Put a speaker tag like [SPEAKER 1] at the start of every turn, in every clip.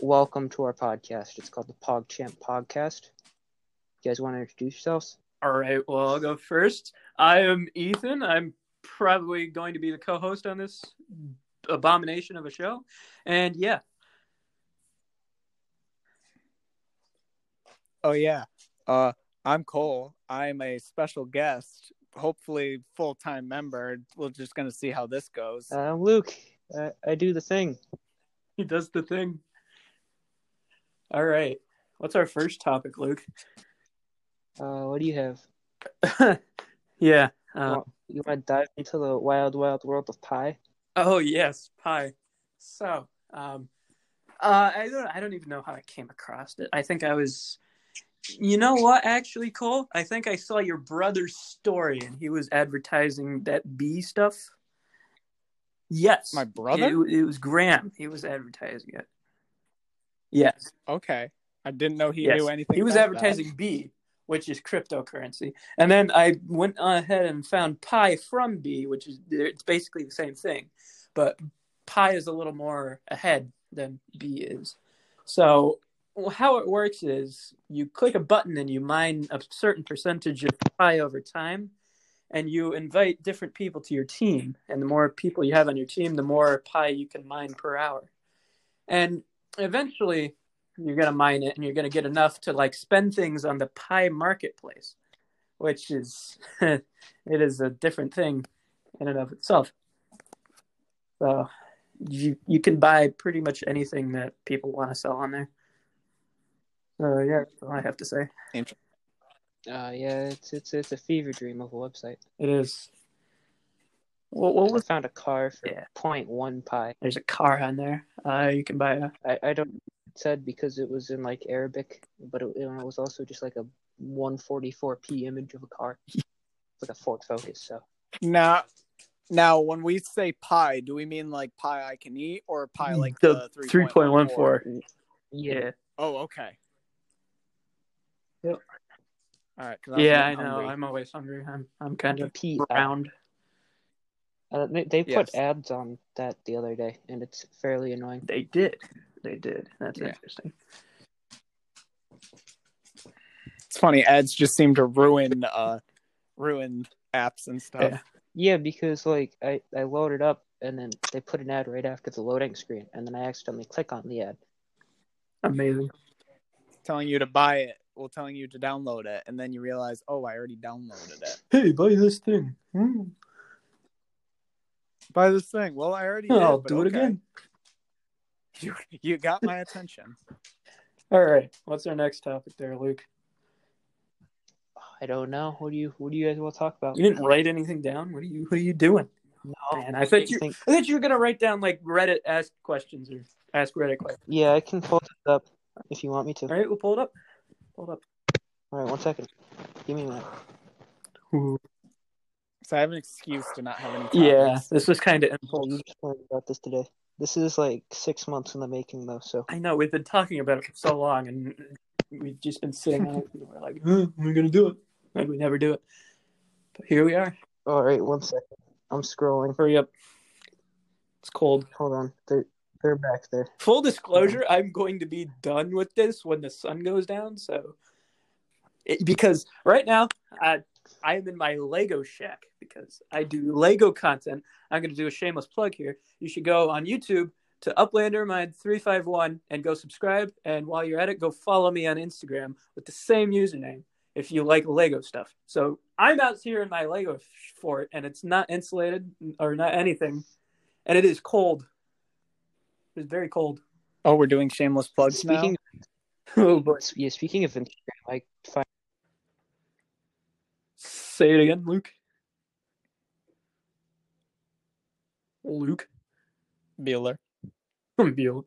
[SPEAKER 1] welcome to our podcast. It's called the Pog Champ Podcast. You guys want to introduce yourselves?
[SPEAKER 2] All right, well, I'll go first. I am Ethan. I'm probably going to be the co host on this abomination of a show. And yeah,
[SPEAKER 3] Oh yeah. Uh I'm Cole. I'm a special guest, hopefully full-time member. We're just going to see how this goes.
[SPEAKER 1] Uh, I'm Luke. I, I do the thing.
[SPEAKER 2] he does the thing. All right. What's our first topic, Luke?
[SPEAKER 1] Uh, what do you have?
[SPEAKER 2] yeah.
[SPEAKER 1] Well,
[SPEAKER 2] Um,
[SPEAKER 1] You want to dive into the wild, wild world of pie?
[SPEAKER 2] Oh yes, pie. So, um, uh, I don't, I don't even know how I came across it. I think I was, you know what, actually, Cole. I think I saw your brother's story, and he was advertising that bee stuff. Yes,
[SPEAKER 3] My brother?
[SPEAKER 2] It, it was Graham. He was advertising it. Yes,
[SPEAKER 3] Okay. I didn't know he
[SPEAKER 2] Yes.
[SPEAKER 3] knew anything.
[SPEAKER 2] he was
[SPEAKER 3] about
[SPEAKER 2] advertising bee, which is cryptocurrency, and then I went ahead and found pie from bee, which is it's basically the same thing, but pie is a little more ahead than bee is. So well, how it works is you click a button and you mine a certain percentage of pie over time, and you invite different people to your team, and the more people you have on your team, the more pie you can mine per hour, and eventually you're gonna mine it and you're gonna get enough to like spend things on the pie marketplace which is it is a different thing in and of itself so you you can buy pretty much anything that people want to sell on there so yeah that's all i have to say
[SPEAKER 1] Uh, yeah, it's it's it's a fever dream of a website.
[SPEAKER 2] it is what, what
[SPEAKER 1] I
[SPEAKER 2] was
[SPEAKER 1] found a car for
[SPEAKER 2] Yeah.
[SPEAKER 1] point one pie.
[SPEAKER 2] there's a car on there uh you can buy a
[SPEAKER 1] I, I don't know what it said because it was in like Arabic, but it, it was also just like a 144p image of a car, like a Ford Focus. So
[SPEAKER 3] Now now when we say pie, do we mean like pie I can eat or pie like the,
[SPEAKER 2] Mm, The
[SPEAKER 3] 3.14?
[SPEAKER 2] 3.14 yeah
[SPEAKER 3] Oh, okay.
[SPEAKER 1] Yep.
[SPEAKER 3] All right. 'cause was
[SPEAKER 2] yeah i
[SPEAKER 3] getting
[SPEAKER 2] know
[SPEAKER 3] hungry.
[SPEAKER 2] i'm always hungry i'm i'm kind of
[SPEAKER 1] P
[SPEAKER 2] round
[SPEAKER 1] Uh, they, they put
[SPEAKER 3] Yes.
[SPEAKER 1] ads on that the other day, and it's fairly annoying.
[SPEAKER 2] They did. They did. That's
[SPEAKER 3] Yeah.
[SPEAKER 2] interesting.
[SPEAKER 3] It's funny. Ads just seem to ruin uh ruin apps and stuff.
[SPEAKER 2] Yeah.
[SPEAKER 1] Yeah, because like I I load it up, and then they put an ad right after the loading screen, and then I accidentally click on the ad.
[SPEAKER 2] Amazing.
[SPEAKER 3] Telling you to buy it, well telling you to download it and then you realize, "Oh, I already downloaded it."
[SPEAKER 2] Hey, buy this thing. Hmm.
[SPEAKER 3] Buy this thing. Well, I already did.
[SPEAKER 2] I'll
[SPEAKER 3] but
[SPEAKER 2] do it
[SPEAKER 3] okay.
[SPEAKER 2] again.
[SPEAKER 3] You, you got my attention.
[SPEAKER 2] All right. What's our next topic there, Luke?
[SPEAKER 1] I don't know. What do you What do you guys want to talk about?
[SPEAKER 2] You didn't write anything down. What are you What are you doing?
[SPEAKER 1] No,
[SPEAKER 2] Man, I thought you
[SPEAKER 1] think-
[SPEAKER 2] I thought you were gonna write down like Reddit ask questions or ask Reddit questions.
[SPEAKER 1] yeah, I can pull it up if you want me to.
[SPEAKER 2] All right, we'll pull it up. Pull it up.
[SPEAKER 1] All right, one second. Give me a minute.
[SPEAKER 3] So I have an excuse to not have any. Topics.
[SPEAKER 2] Yeah, this was kind of
[SPEAKER 1] Oh,
[SPEAKER 2] impulse.
[SPEAKER 1] you just learned about this today. This is like six months in the making, though. So
[SPEAKER 2] I know we've been talking about it for so long, and we've just been sitting on it. And we're like, huh, we're gonna do it, and we never do it. But here we are.
[SPEAKER 1] all right, one second. I'm scrolling.
[SPEAKER 2] Hurry up. It's cold.
[SPEAKER 1] Hold on. They're they're back there.
[SPEAKER 2] Full disclosure, I'm going to be done with this when the sun goes down. So, it, because right now I I am in my Lego shack because I do Lego content. I'm going to do a shameless plug here. You should go on YouTube to Uplander Mind three five one and go subscribe. And while you're at it, go follow me on Instagram with the same username if you like Lego stuff. So I'm out here in my Lego fort, and it's not insulated or not anything, and it is cold. It's very cold.
[SPEAKER 3] Oh, we're doing shameless plugs
[SPEAKER 1] Speaking
[SPEAKER 3] now.
[SPEAKER 2] Oh boy.
[SPEAKER 1] But yeah, speaking of Instagram, I find
[SPEAKER 2] Say it again, Luke. Luke.
[SPEAKER 3] Bueller.
[SPEAKER 2] Bueller.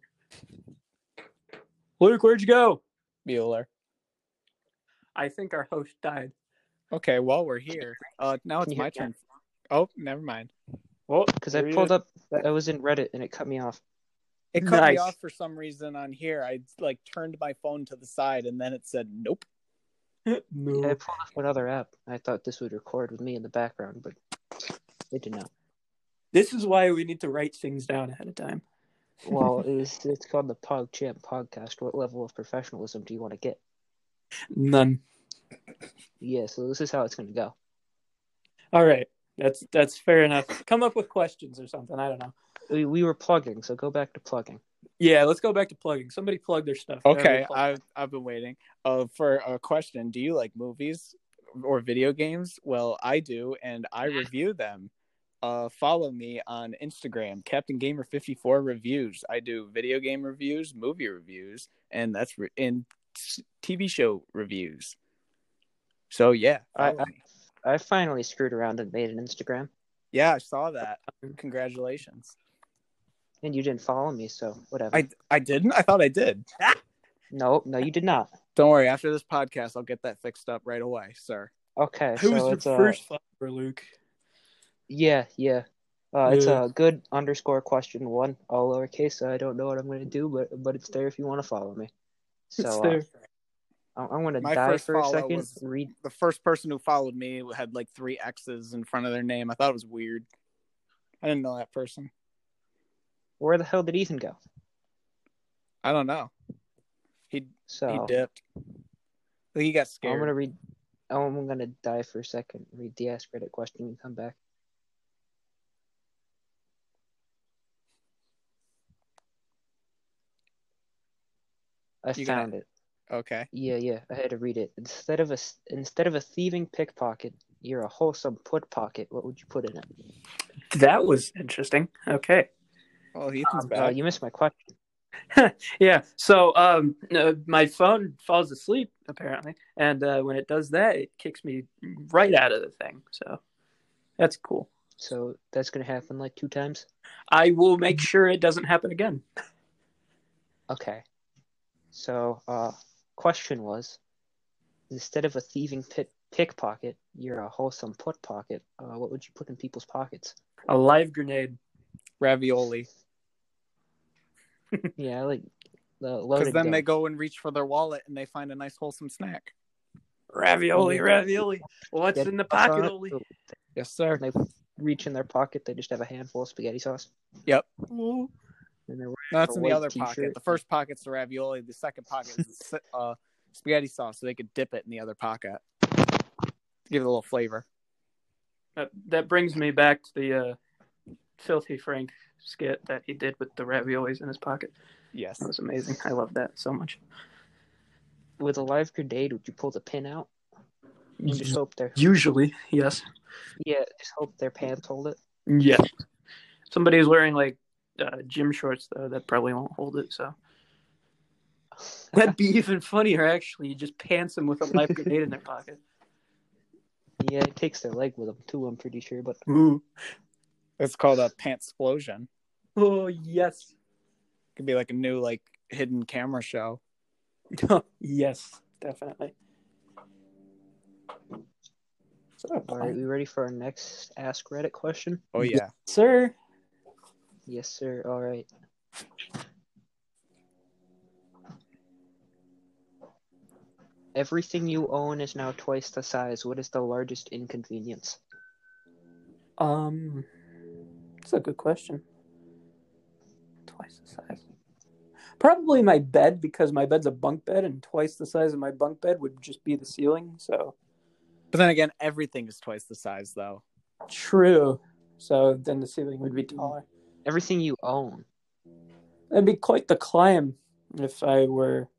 [SPEAKER 2] Luke, where'd you go?
[SPEAKER 3] Bueller.
[SPEAKER 2] I think our host died.
[SPEAKER 3] Okay. Well, we're here. Uh, now
[SPEAKER 1] Can
[SPEAKER 3] it's
[SPEAKER 1] you
[SPEAKER 3] my
[SPEAKER 1] hear
[SPEAKER 3] turn. Oh, never mind.
[SPEAKER 2] Well, uh,
[SPEAKER 1] because I pulled up, I was in Reddit and it cut me off.
[SPEAKER 3] It cut me
[SPEAKER 2] Nice.
[SPEAKER 3] off for some reason on here. I like turned my phone to the side and then it said nope.
[SPEAKER 1] I
[SPEAKER 2] no.
[SPEAKER 1] pulled off one other app. I thought this would record with me in the background, but it did not.
[SPEAKER 2] This is why we need to write things down ahead of time.
[SPEAKER 1] Well, it was, it's called the Pog Champ podcast. What level of professionalism do you want to get?
[SPEAKER 2] None.
[SPEAKER 1] Yeah, so this is how it's going to go.
[SPEAKER 2] All right. That's that's fair enough. Come up with questions or something. I don't know.
[SPEAKER 1] We, we were plugging, so go back to plugging.
[SPEAKER 2] Yeah, let's go back to plugging. Somebody plug their stuff.
[SPEAKER 3] Okay,
[SPEAKER 2] Everybody plug.
[SPEAKER 3] I've I've been waiting. Uh, for a question, do you like movies or video games? Well, I do, and I review them. Uh, follow me on Instagram, Captain Gamer fifty four reviews. I do video game reviews, movie reviews, and that's re- and s- TV show reviews. So yeah,
[SPEAKER 1] I-
[SPEAKER 3] follow me.
[SPEAKER 1] I finally screwed around and made an Instagram,
[SPEAKER 3] yeah, I saw that. Congratulations.
[SPEAKER 1] and you didn't follow me, so whatever.
[SPEAKER 3] I I didn't. I thought I did.
[SPEAKER 1] No, no, you did not.
[SPEAKER 3] Don't worry. After this podcast, I'll get that fixed up right away, sir.
[SPEAKER 1] Okay,
[SPEAKER 2] Who
[SPEAKER 1] so
[SPEAKER 2] was your
[SPEAKER 1] it's uh,
[SPEAKER 2] first follower, Luke?
[SPEAKER 1] Yeah, yeah. Uh, It's
[SPEAKER 2] Yeah.
[SPEAKER 1] a good underscore question one, all lowercase. So I don't know what I'm gonna do, but but it's there if you want to follow me. So
[SPEAKER 2] It's
[SPEAKER 1] uh,
[SPEAKER 2] there.
[SPEAKER 1] I'm, I'm gonna
[SPEAKER 3] My
[SPEAKER 1] die
[SPEAKER 3] first
[SPEAKER 1] for a
[SPEAKER 3] follow
[SPEAKER 1] second.
[SPEAKER 3] was-
[SPEAKER 1] Read.
[SPEAKER 3] the first person who followed me had like three X's in front of their name. I thought it was weird. I didn't know that person.
[SPEAKER 1] Where the hell did Ethan go?
[SPEAKER 3] I don't know.
[SPEAKER 1] So
[SPEAKER 3] He dipped. I think he got scared.
[SPEAKER 1] I'm gonna read. Oh, I'm gonna die for a second. Read the ask Reddit question and come back. I
[SPEAKER 3] You got
[SPEAKER 1] found it.
[SPEAKER 3] Okay.
[SPEAKER 1] Yeah, yeah. I had to read it. Instead of a s- instead of a thieving pickpocket, you're a wholesome put pocket. What would you put in it?
[SPEAKER 2] That was interesting. Okay.
[SPEAKER 3] Well, Ethan's
[SPEAKER 1] Uh,
[SPEAKER 3] back.
[SPEAKER 1] you missed my question.
[SPEAKER 2] Yeah. So um, uh, my phone falls asleep apparently, and uh, when it does that, it kicks me right out of the thing. So that's cool.
[SPEAKER 1] So that's gonna happen like two times.
[SPEAKER 2] I will make sure it doesn't happen again.
[SPEAKER 1] Okay. So, uh, question was, instead of a thieving pit pickpocket, you're a wholesome put pocket. Uh, what would you put in people's pockets?
[SPEAKER 2] A live grenade.
[SPEAKER 3] Ravioli.
[SPEAKER 1] yeah, I like the
[SPEAKER 3] Because
[SPEAKER 1] loaded
[SPEAKER 3] then
[SPEAKER 1] gun.
[SPEAKER 3] they go and reach for their wallet and they find a nice wholesome snack.
[SPEAKER 2] Ravioli, ravioli. What's
[SPEAKER 1] Spaghetti
[SPEAKER 2] in the
[SPEAKER 1] sauce,
[SPEAKER 2] pocket? Oli?
[SPEAKER 1] so
[SPEAKER 3] Yes, sir.
[SPEAKER 1] They reach in their pocket. They just have a handful of spaghetti sauce,
[SPEAKER 2] Ooh.
[SPEAKER 1] and they're
[SPEAKER 3] No, that's in the
[SPEAKER 1] white
[SPEAKER 3] other
[SPEAKER 1] t-shirt.
[SPEAKER 3] pocket. The first pocket's the ravioli. The second pocket is the s- uh, spaghetti sauce, so they could dip it in the other pocket. Give it a little flavor.
[SPEAKER 2] That, that brings me back to the uh, filthy Frank skit that he did with the raviolis in his pocket.
[SPEAKER 3] Yes.
[SPEAKER 2] That was amazing. I love that so much.
[SPEAKER 1] with a live grenade. Would you pull the pin out? And just hope their
[SPEAKER 2] Usually, yes,
[SPEAKER 1] yeah, just hope their pants hold it.
[SPEAKER 2] yes. Somebody's wearing like uh, gym shorts though. That probably won't hold it. So that'd be even funnier. Actually, you just pants them with a live grenade in their pocket.
[SPEAKER 1] Yeah, it takes their leg with them too. I'm pretty sure, but
[SPEAKER 2] Ooh.
[SPEAKER 3] It's called a pants explosion.
[SPEAKER 2] Oh yes.
[SPEAKER 3] could be like a new like hidden camera show.
[SPEAKER 2] yes, definitely.
[SPEAKER 1] all right, we ready for our next Ask Reddit question?
[SPEAKER 3] Oh yeah.
[SPEAKER 2] Sir.
[SPEAKER 1] Yes, sir. All right. Everything you own is now twice the size. What is the largest inconvenience?
[SPEAKER 2] Um, that's a good question. Twice the size. Probably my bed because my bed's a bunk bed, and twice the size of my bunk bed would just be the ceiling. So
[SPEAKER 3] But then again, everything is twice the size though.
[SPEAKER 2] true. So then the ceiling would be taller.
[SPEAKER 1] Everything you own.
[SPEAKER 2] That'd be quite the climb if I were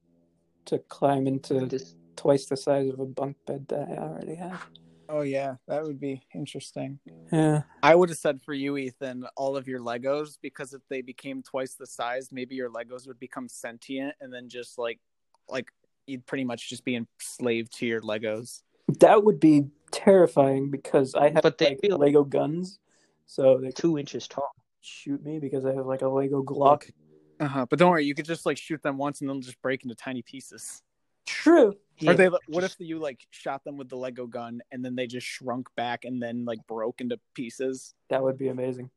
[SPEAKER 2] to climb into
[SPEAKER 1] This,
[SPEAKER 2] twice the size of a bunk bed that I already have.
[SPEAKER 3] Oh yeah, that would be interesting.
[SPEAKER 2] Yeah.
[SPEAKER 3] I would have said for you, Ethan, all of your Legos because if they became twice the size, maybe your Legos would become sentient and then just like like you'd pretty much just be enslaved to your Legos.
[SPEAKER 2] That would be terrifying because I have
[SPEAKER 1] But they
[SPEAKER 2] like,
[SPEAKER 1] feel-
[SPEAKER 2] Lego guns, so they could
[SPEAKER 1] two inches tall.
[SPEAKER 2] shoot me because I have like a Lego Glock.
[SPEAKER 3] Uh-huh. But don't worry, you could just like shoot them once and they'll just break into tiny pieces.
[SPEAKER 2] True.
[SPEAKER 1] Yeah,
[SPEAKER 3] Or they what if you like shot them with the Lego gun and then they just shrunk back and then like broke into pieces?
[SPEAKER 2] That would be amazing.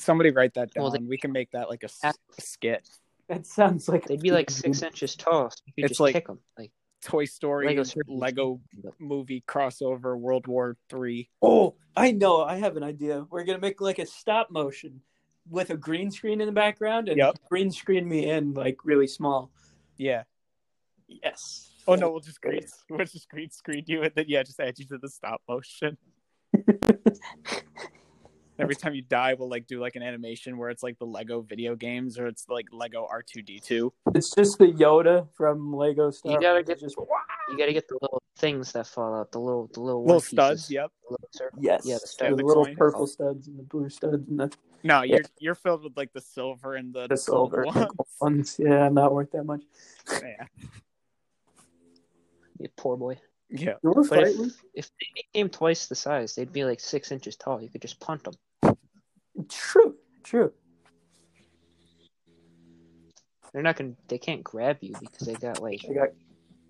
[SPEAKER 3] Somebody write that down.
[SPEAKER 1] Well, they-
[SPEAKER 3] we can make that like a, s-
[SPEAKER 1] Yeah.
[SPEAKER 3] a skit.
[SPEAKER 2] That sounds like
[SPEAKER 1] They'd be like six inches tall. So you could
[SPEAKER 3] It's
[SPEAKER 1] just
[SPEAKER 3] like-
[SPEAKER 1] kick them. Like
[SPEAKER 3] Toy Story,
[SPEAKER 1] Lego
[SPEAKER 3] Lego,
[SPEAKER 1] series.
[SPEAKER 3] movie crossover, World War Three.
[SPEAKER 2] Oh, I know. I have an idea. We're gonna make like a stop motion with a green screen in the background and
[SPEAKER 3] Yep.
[SPEAKER 2] green screen me in like really small.
[SPEAKER 3] Yeah.
[SPEAKER 2] Yes.
[SPEAKER 3] Oh no, we'll just green,
[SPEAKER 2] Great.
[SPEAKER 3] we'll just green screen you, and then yeah, just add you to the stop motion. Every time you die, we'll like do like an animation where it's like the Lego video games, or it's like Lego R two D two.
[SPEAKER 2] It's just the Yoda from Lego Star
[SPEAKER 1] You gotta
[SPEAKER 2] Wars.
[SPEAKER 1] get-
[SPEAKER 2] It's just
[SPEAKER 1] You gotta get the little things that fall out, the little the little
[SPEAKER 3] Little
[SPEAKER 1] one
[SPEAKER 3] studs.
[SPEAKER 1] pieces,
[SPEAKER 3] Yep.
[SPEAKER 1] the little circle.
[SPEAKER 2] yes.
[SPEAKER 1] Yeah, the
[SPEAKER 2] the,
[SPEAKER 1] stud-
[SPEAKER 3] the
[SPEAKER 2] little
[SPEAKER 3] coin.
[SPEAKER 2] purple studs and the blue studs and the,
[SPEAKER 3] No, you're you're filled with like the silver and the,
[SPEAKER 2] the
[SPEAKER 3] gold
[SPEAKER 2] silver
[SPEAKER 3] ones.
[SPEAKER 2] ones. Yeah, not worth that much.
[SPEAKER 3] yeah.
[SPEAKER 1] You poor boy.
[SPEAKER 3] Yeah.
[SPEAKER 2] You want to
[SPEAKER 1] But
[SPEAKER 2] fight
[SPEAKER 1] if,
[SPEAKER 2] me?
[SPEAKER 1] if they became twice the size, they'd be like six inches tall. You could just punt them.
[SPEAKER 2] True, true.
[SPEAKER 1] They're not gonna. They can't grab you because they got like
[SPEAKER 2] I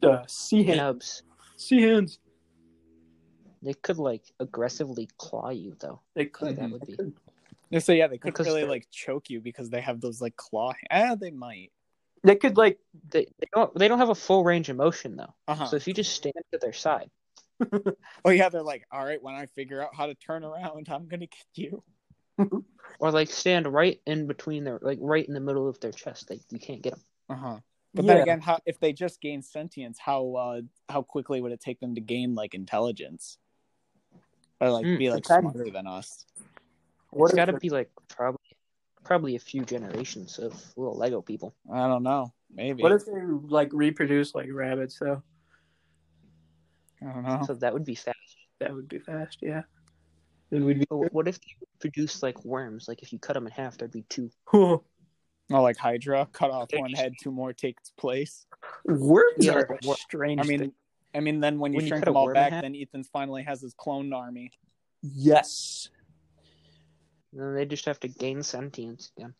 [SPEAKER 2] got uh, sea hands.
[SPEAKER 1] nubs.
[SPEAKER 2] Sea hands.
[SPEAKER 1] They could like aggressively claw you though.
[SPEAKER 2] They could.
[SPEAKER 1] That would
[SPEAKER 2] they
[SPEAKER 1] be-
[SPEAKER 2] could.
[SPEAKER 3] And so yeah, they couldn't
[SPEAKER 1] Because
[SPEAKER 3] really
[SPEAKER 1] they're-
[SPEAKER 3] like choke you because they have those like claw. Ah, they might.
[SPEAKER 2] They could like
[SPEAKER 1] They, they don't. They don't have a full range of motion though.
[SPEAKER 3] Uh huh.
[SPEAKER 1] So if you just stand to their side,
[SPEAKER 3] oh yeah, they're like, all right, when I figure out how to turn around, I'm gonna get you.
[SPEAKER 1] or like stand right in between their, like right in the middle of their chest, they you can't get them.
[SPEAKER 3] Uh huh. But
[SPEAKER 2] yeah.
[SPEAKER 3] then again, how if they just gain sentience, how uh how quickly would it take them to gain like intelligence? Or like
[SPEAKER 1] Hmm,
[SPEAKER 3] be like
[SPEAKER 2] depends.
[SPEAKER 3] smarter than us.
[SPEAKER 2] what
[SPEAKER 1] it's
[SPEAKER 2] if
[SPEAKER 1] got to
[SPEAKER 2] they're-
[SPEAKER 1] be like probably, probably a few generations of little Lego people.
[SPEAKER 3] I don't know. Maybe.
[SPEAKER 2] what if they like reproduce like rabbits though?
[SPEAKER 3] I don't know.
[SPEAKER 1] So that would be fast.
[SPEAKER 2] That would be fast, yeah. Then we'd be
[SPEAKER 1] But wh- what if they produced like worms? Like if you cut them in half, there'd be two.
[SPEAKER 2] cool.
[SPEAKER 3] Or Oh, like Hydra, cut off one head, two more take its place.
[SPEAKER 2] Worms
[SPEAKER 1] Yeah,
[SPEAKER 2] are
[SPEAKER 1] like
[SPEAKER 2] a
[SPEAKER 1] wor-
[SPEAKER 2] strange.
[SPEAKER 3] I mean
[SPEAKER 2] thing.
[SPEAKER 3] I mean then when you
[SPEAKER 1] When you
[SPEAKER 3] shrink
[SPEAKER 1] cut a
[SPEAKER 3] them all
[SPEAKER 1] worm in
[SPEAKER 3] back,
[SPEAKER 1] half?
[SPEAKER 3] then Ethan finally has his clone army.
[SPEAKER 2] yes,
[SPEAKER 1] And then they just have to gain sentience again.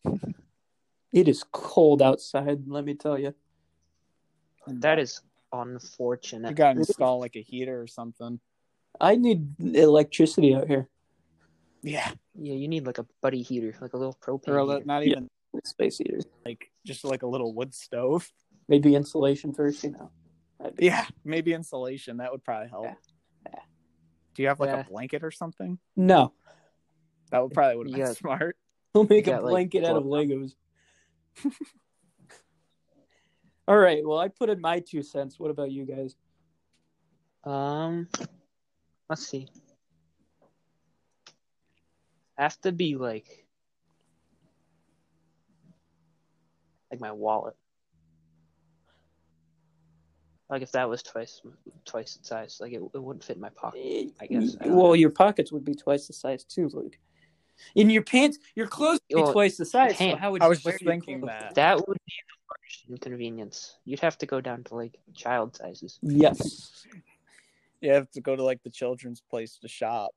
[SPEAKER 2] it is cold outside. Let me tell you.
[SPEAKER 1] That is
[SPEAKER 3] You
[SPEAKER 1] unfortunate.
[SPEAKER 3] gotta install like a heater or something.
[SPEAKER 2] I need electricity out here.
[SPEAKER 3] Yeah.
[SPEAKER 1] Yeah, you need like a buddy heater, like a little propane.
[SPEAKER 3] Or a li-
[SPEAKER 1] heater.
[SPEAKER 3] not
[SPEAKER 2] Yeah.
[SPEAKER 3] even
[SPEAKER 2] Space heaters.
[SPEAKER 3] like just like a little wood stove.
[SPEAKER 2] Maybe insulation first, you know. That'd be-
[SPEAKER 3] Yeah. Maybe insulation. That would probably help.
[SPEAKER 2] Yeah. Yeah.
[SPEAKER 3] Do you have like
[SPEAKER 1] Yeah.
[SPEAKER 3] a blanket or something?
[SPEAKER 2] No,
[SPEAKER 3] That would probably would have been
[SPEAKER 1] Yeah.
[SPEAKER 3] smart.
[SPEAKER 2] we'll make
[SPEAKER 1] Yeah,
[SPEAKER 2] a
[SPEAKER 1] like,
[SPEAKER 2] blanket out of Legos. All right. Well, I put in my two cents. What about you guys?
[SPEAKER 1] Um, let's see. Have to be like, like my wallet. Like if that was twice twice its size, like it, it wouldn't fit in my pocket. I guess. uh, I don't
[SPEAKER 2] Eh, Well, your pockets would be twice the size too, Luke. In your pants, your clothes would be
[SPEAKER 1] Well,
[SPEAKER 2] twice the size. So
[SPEAKER 1] pants.
[SPEAKER 2] how would
[SPEAKER 3] I
[SPEAKER 2] you
[SPEAKER 3] was
[SPEAKER 2] wear
[SPEAKER 3] just
[SPEAKER 2] your
[SPEAKER 3] thinking
[SPEAKER 2] clothes?
[SPEAKER 3] that.
[SPEAKER 1] That would be the worst inconvenience. You'd have to go down to like child sizes.
[SPEAKER 2] Yes.
[SPEAKER 3] You have to go to like the children's place to shop.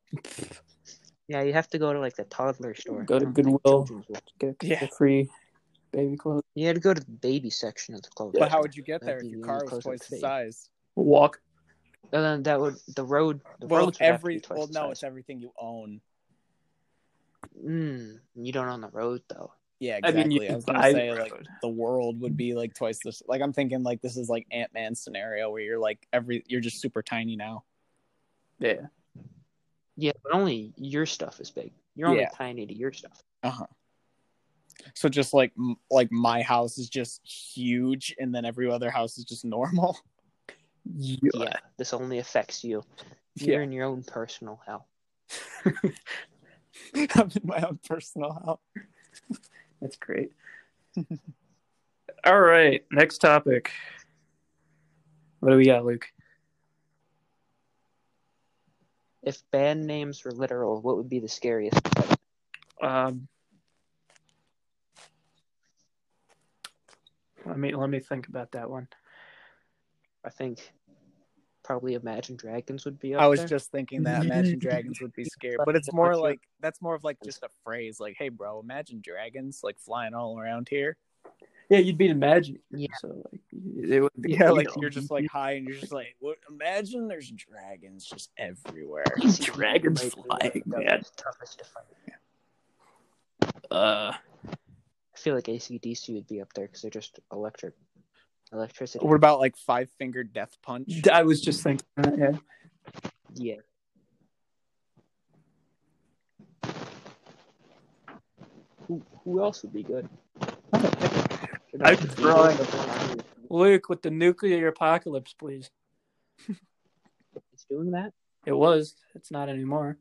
[SPEAKER 1] Yeah, you have to go to like the toddler store.
[SPEAKER 2] Go to
[SPEAKER 1] not, like,
[SPEAKER 2] Goodwill.
[SPEAKER 1] children's store.
[SPEAKER 2] Get a-
[SPEAKER 3] Yeah.
[SPEAKER 2] get free baby clothes.
[SPEAKER 1] You had to go to the baby section of the clothes.
[SPEAKER 3] But
[SPEAKER 1] store.
[SPEAKER 3] how would you get there
[SPEAKER 1] That'd
[SPEAKER 3] if
[SPEAKER 1] be
[SPEAKER 3] your
[SPEAKER 1] the
[SPEAKER 3] car
[SPEAKER 1] only
[SPEAKER 3] was
[SPEAKER 1] clothes that
[SPEAKER 3] twice the
[SPEAKER 1] fit.
[SPEAKER 3] size?
[SPEAKER 2] Walk.
[SPEAKER 1] And then that would the road. The
[SPEAKER 3] Well,
[SPEAKER 1] roads would have to be
[SPEAKER 3] every
[SPEAKER 1] twice
[SPEAKER 3] well,
[SPEAKER 1] the
[SPEAKER 3] no,
[SPEAKER 1] size.
[SPEAKER 3] it's everything you own.
[SPEAKER 1] Mm, you don't own the road though.
[SPEAKER 3] Yeah,
[SPEAKER 2] I
[SPEAKER 3] exactly. I,
[SPEAKER 2] mean, you
[SPEAKER 3] was
[SPEAKER 2] could
[SPEAKER 3] gonna
[SPEAKER 2] buy
[SPEAKER 3] say
[SPEAKER 2] the
[SPEAKER 3] like
[SPEAKER 2] road.
[SPEAKER 3] the world would be like twice this. Like I'm thinking like this is like Ant Man scenario where you're like every you're just super tiny now.
[SPEAKER 2] Yeah.
[SPEAKER 1] Yeah, but only your stuff is big. You're only
[SPEAKER 3] Yeah.
[SPEAKER 1] tiny to your stuff.
[SPEAKER 3] So just like m- like my house is just huge, and then every other house is just normal.
[SPEAKER 1] Yeah, this only affects you. You're in your own personal hell.
[SPEAKER 3] I'm in my own personal house.
[SPEAKER 2] That's great. All right. Next topic. What do we got, Luke?
[SPEAKER 1] If band names were literal, what would be the scariest? thing?
[SPEAKER 2] Um, let me let me think about that one.
[SPEAKER 1] I think probably Imagine Dragons would be up
[SPEAKER 3] I was
[SPEAKER 1] there.
[SPEAKER 3] just thinking that Imagine Dragons would be scary, but it's more like that's more of like just a phrase, like "Hey, bro, Imagine Dragons like flying all around here."
[SPEAKER 2] Yeah, you'd be imagining.
[SPEAKER 1] Yeah.
[SPEAKER 2] So like, it would be
[SPEAKER 3] Yeah, like
[SPEAKER 2] know,
[SPEAKER 3] you're just like high, and you're just like, what? Imagine there's dragons just everywhere.
[SPEAKER 2] dragons flying, man.
[SPEAKER 1] It's toughest to fight.
[SPEAKER 2] Uh,
[SPEAKER 1] I feel like ACDC would be up there because they're just electric. Electricity.
[SPEAKER 3] What about like Five Finger Death Punch?
[SPEAKER 2] I was just thinking that. Yeah.
[SPEAKER 1] Yeah. who who else would be good?
[SPEAKER 2] I'm drawing. Luke with the nuclear apocalypse, please.
[SPEAKER 1] It's doing that.
[SPEAKER 2] It was. It's not anymore.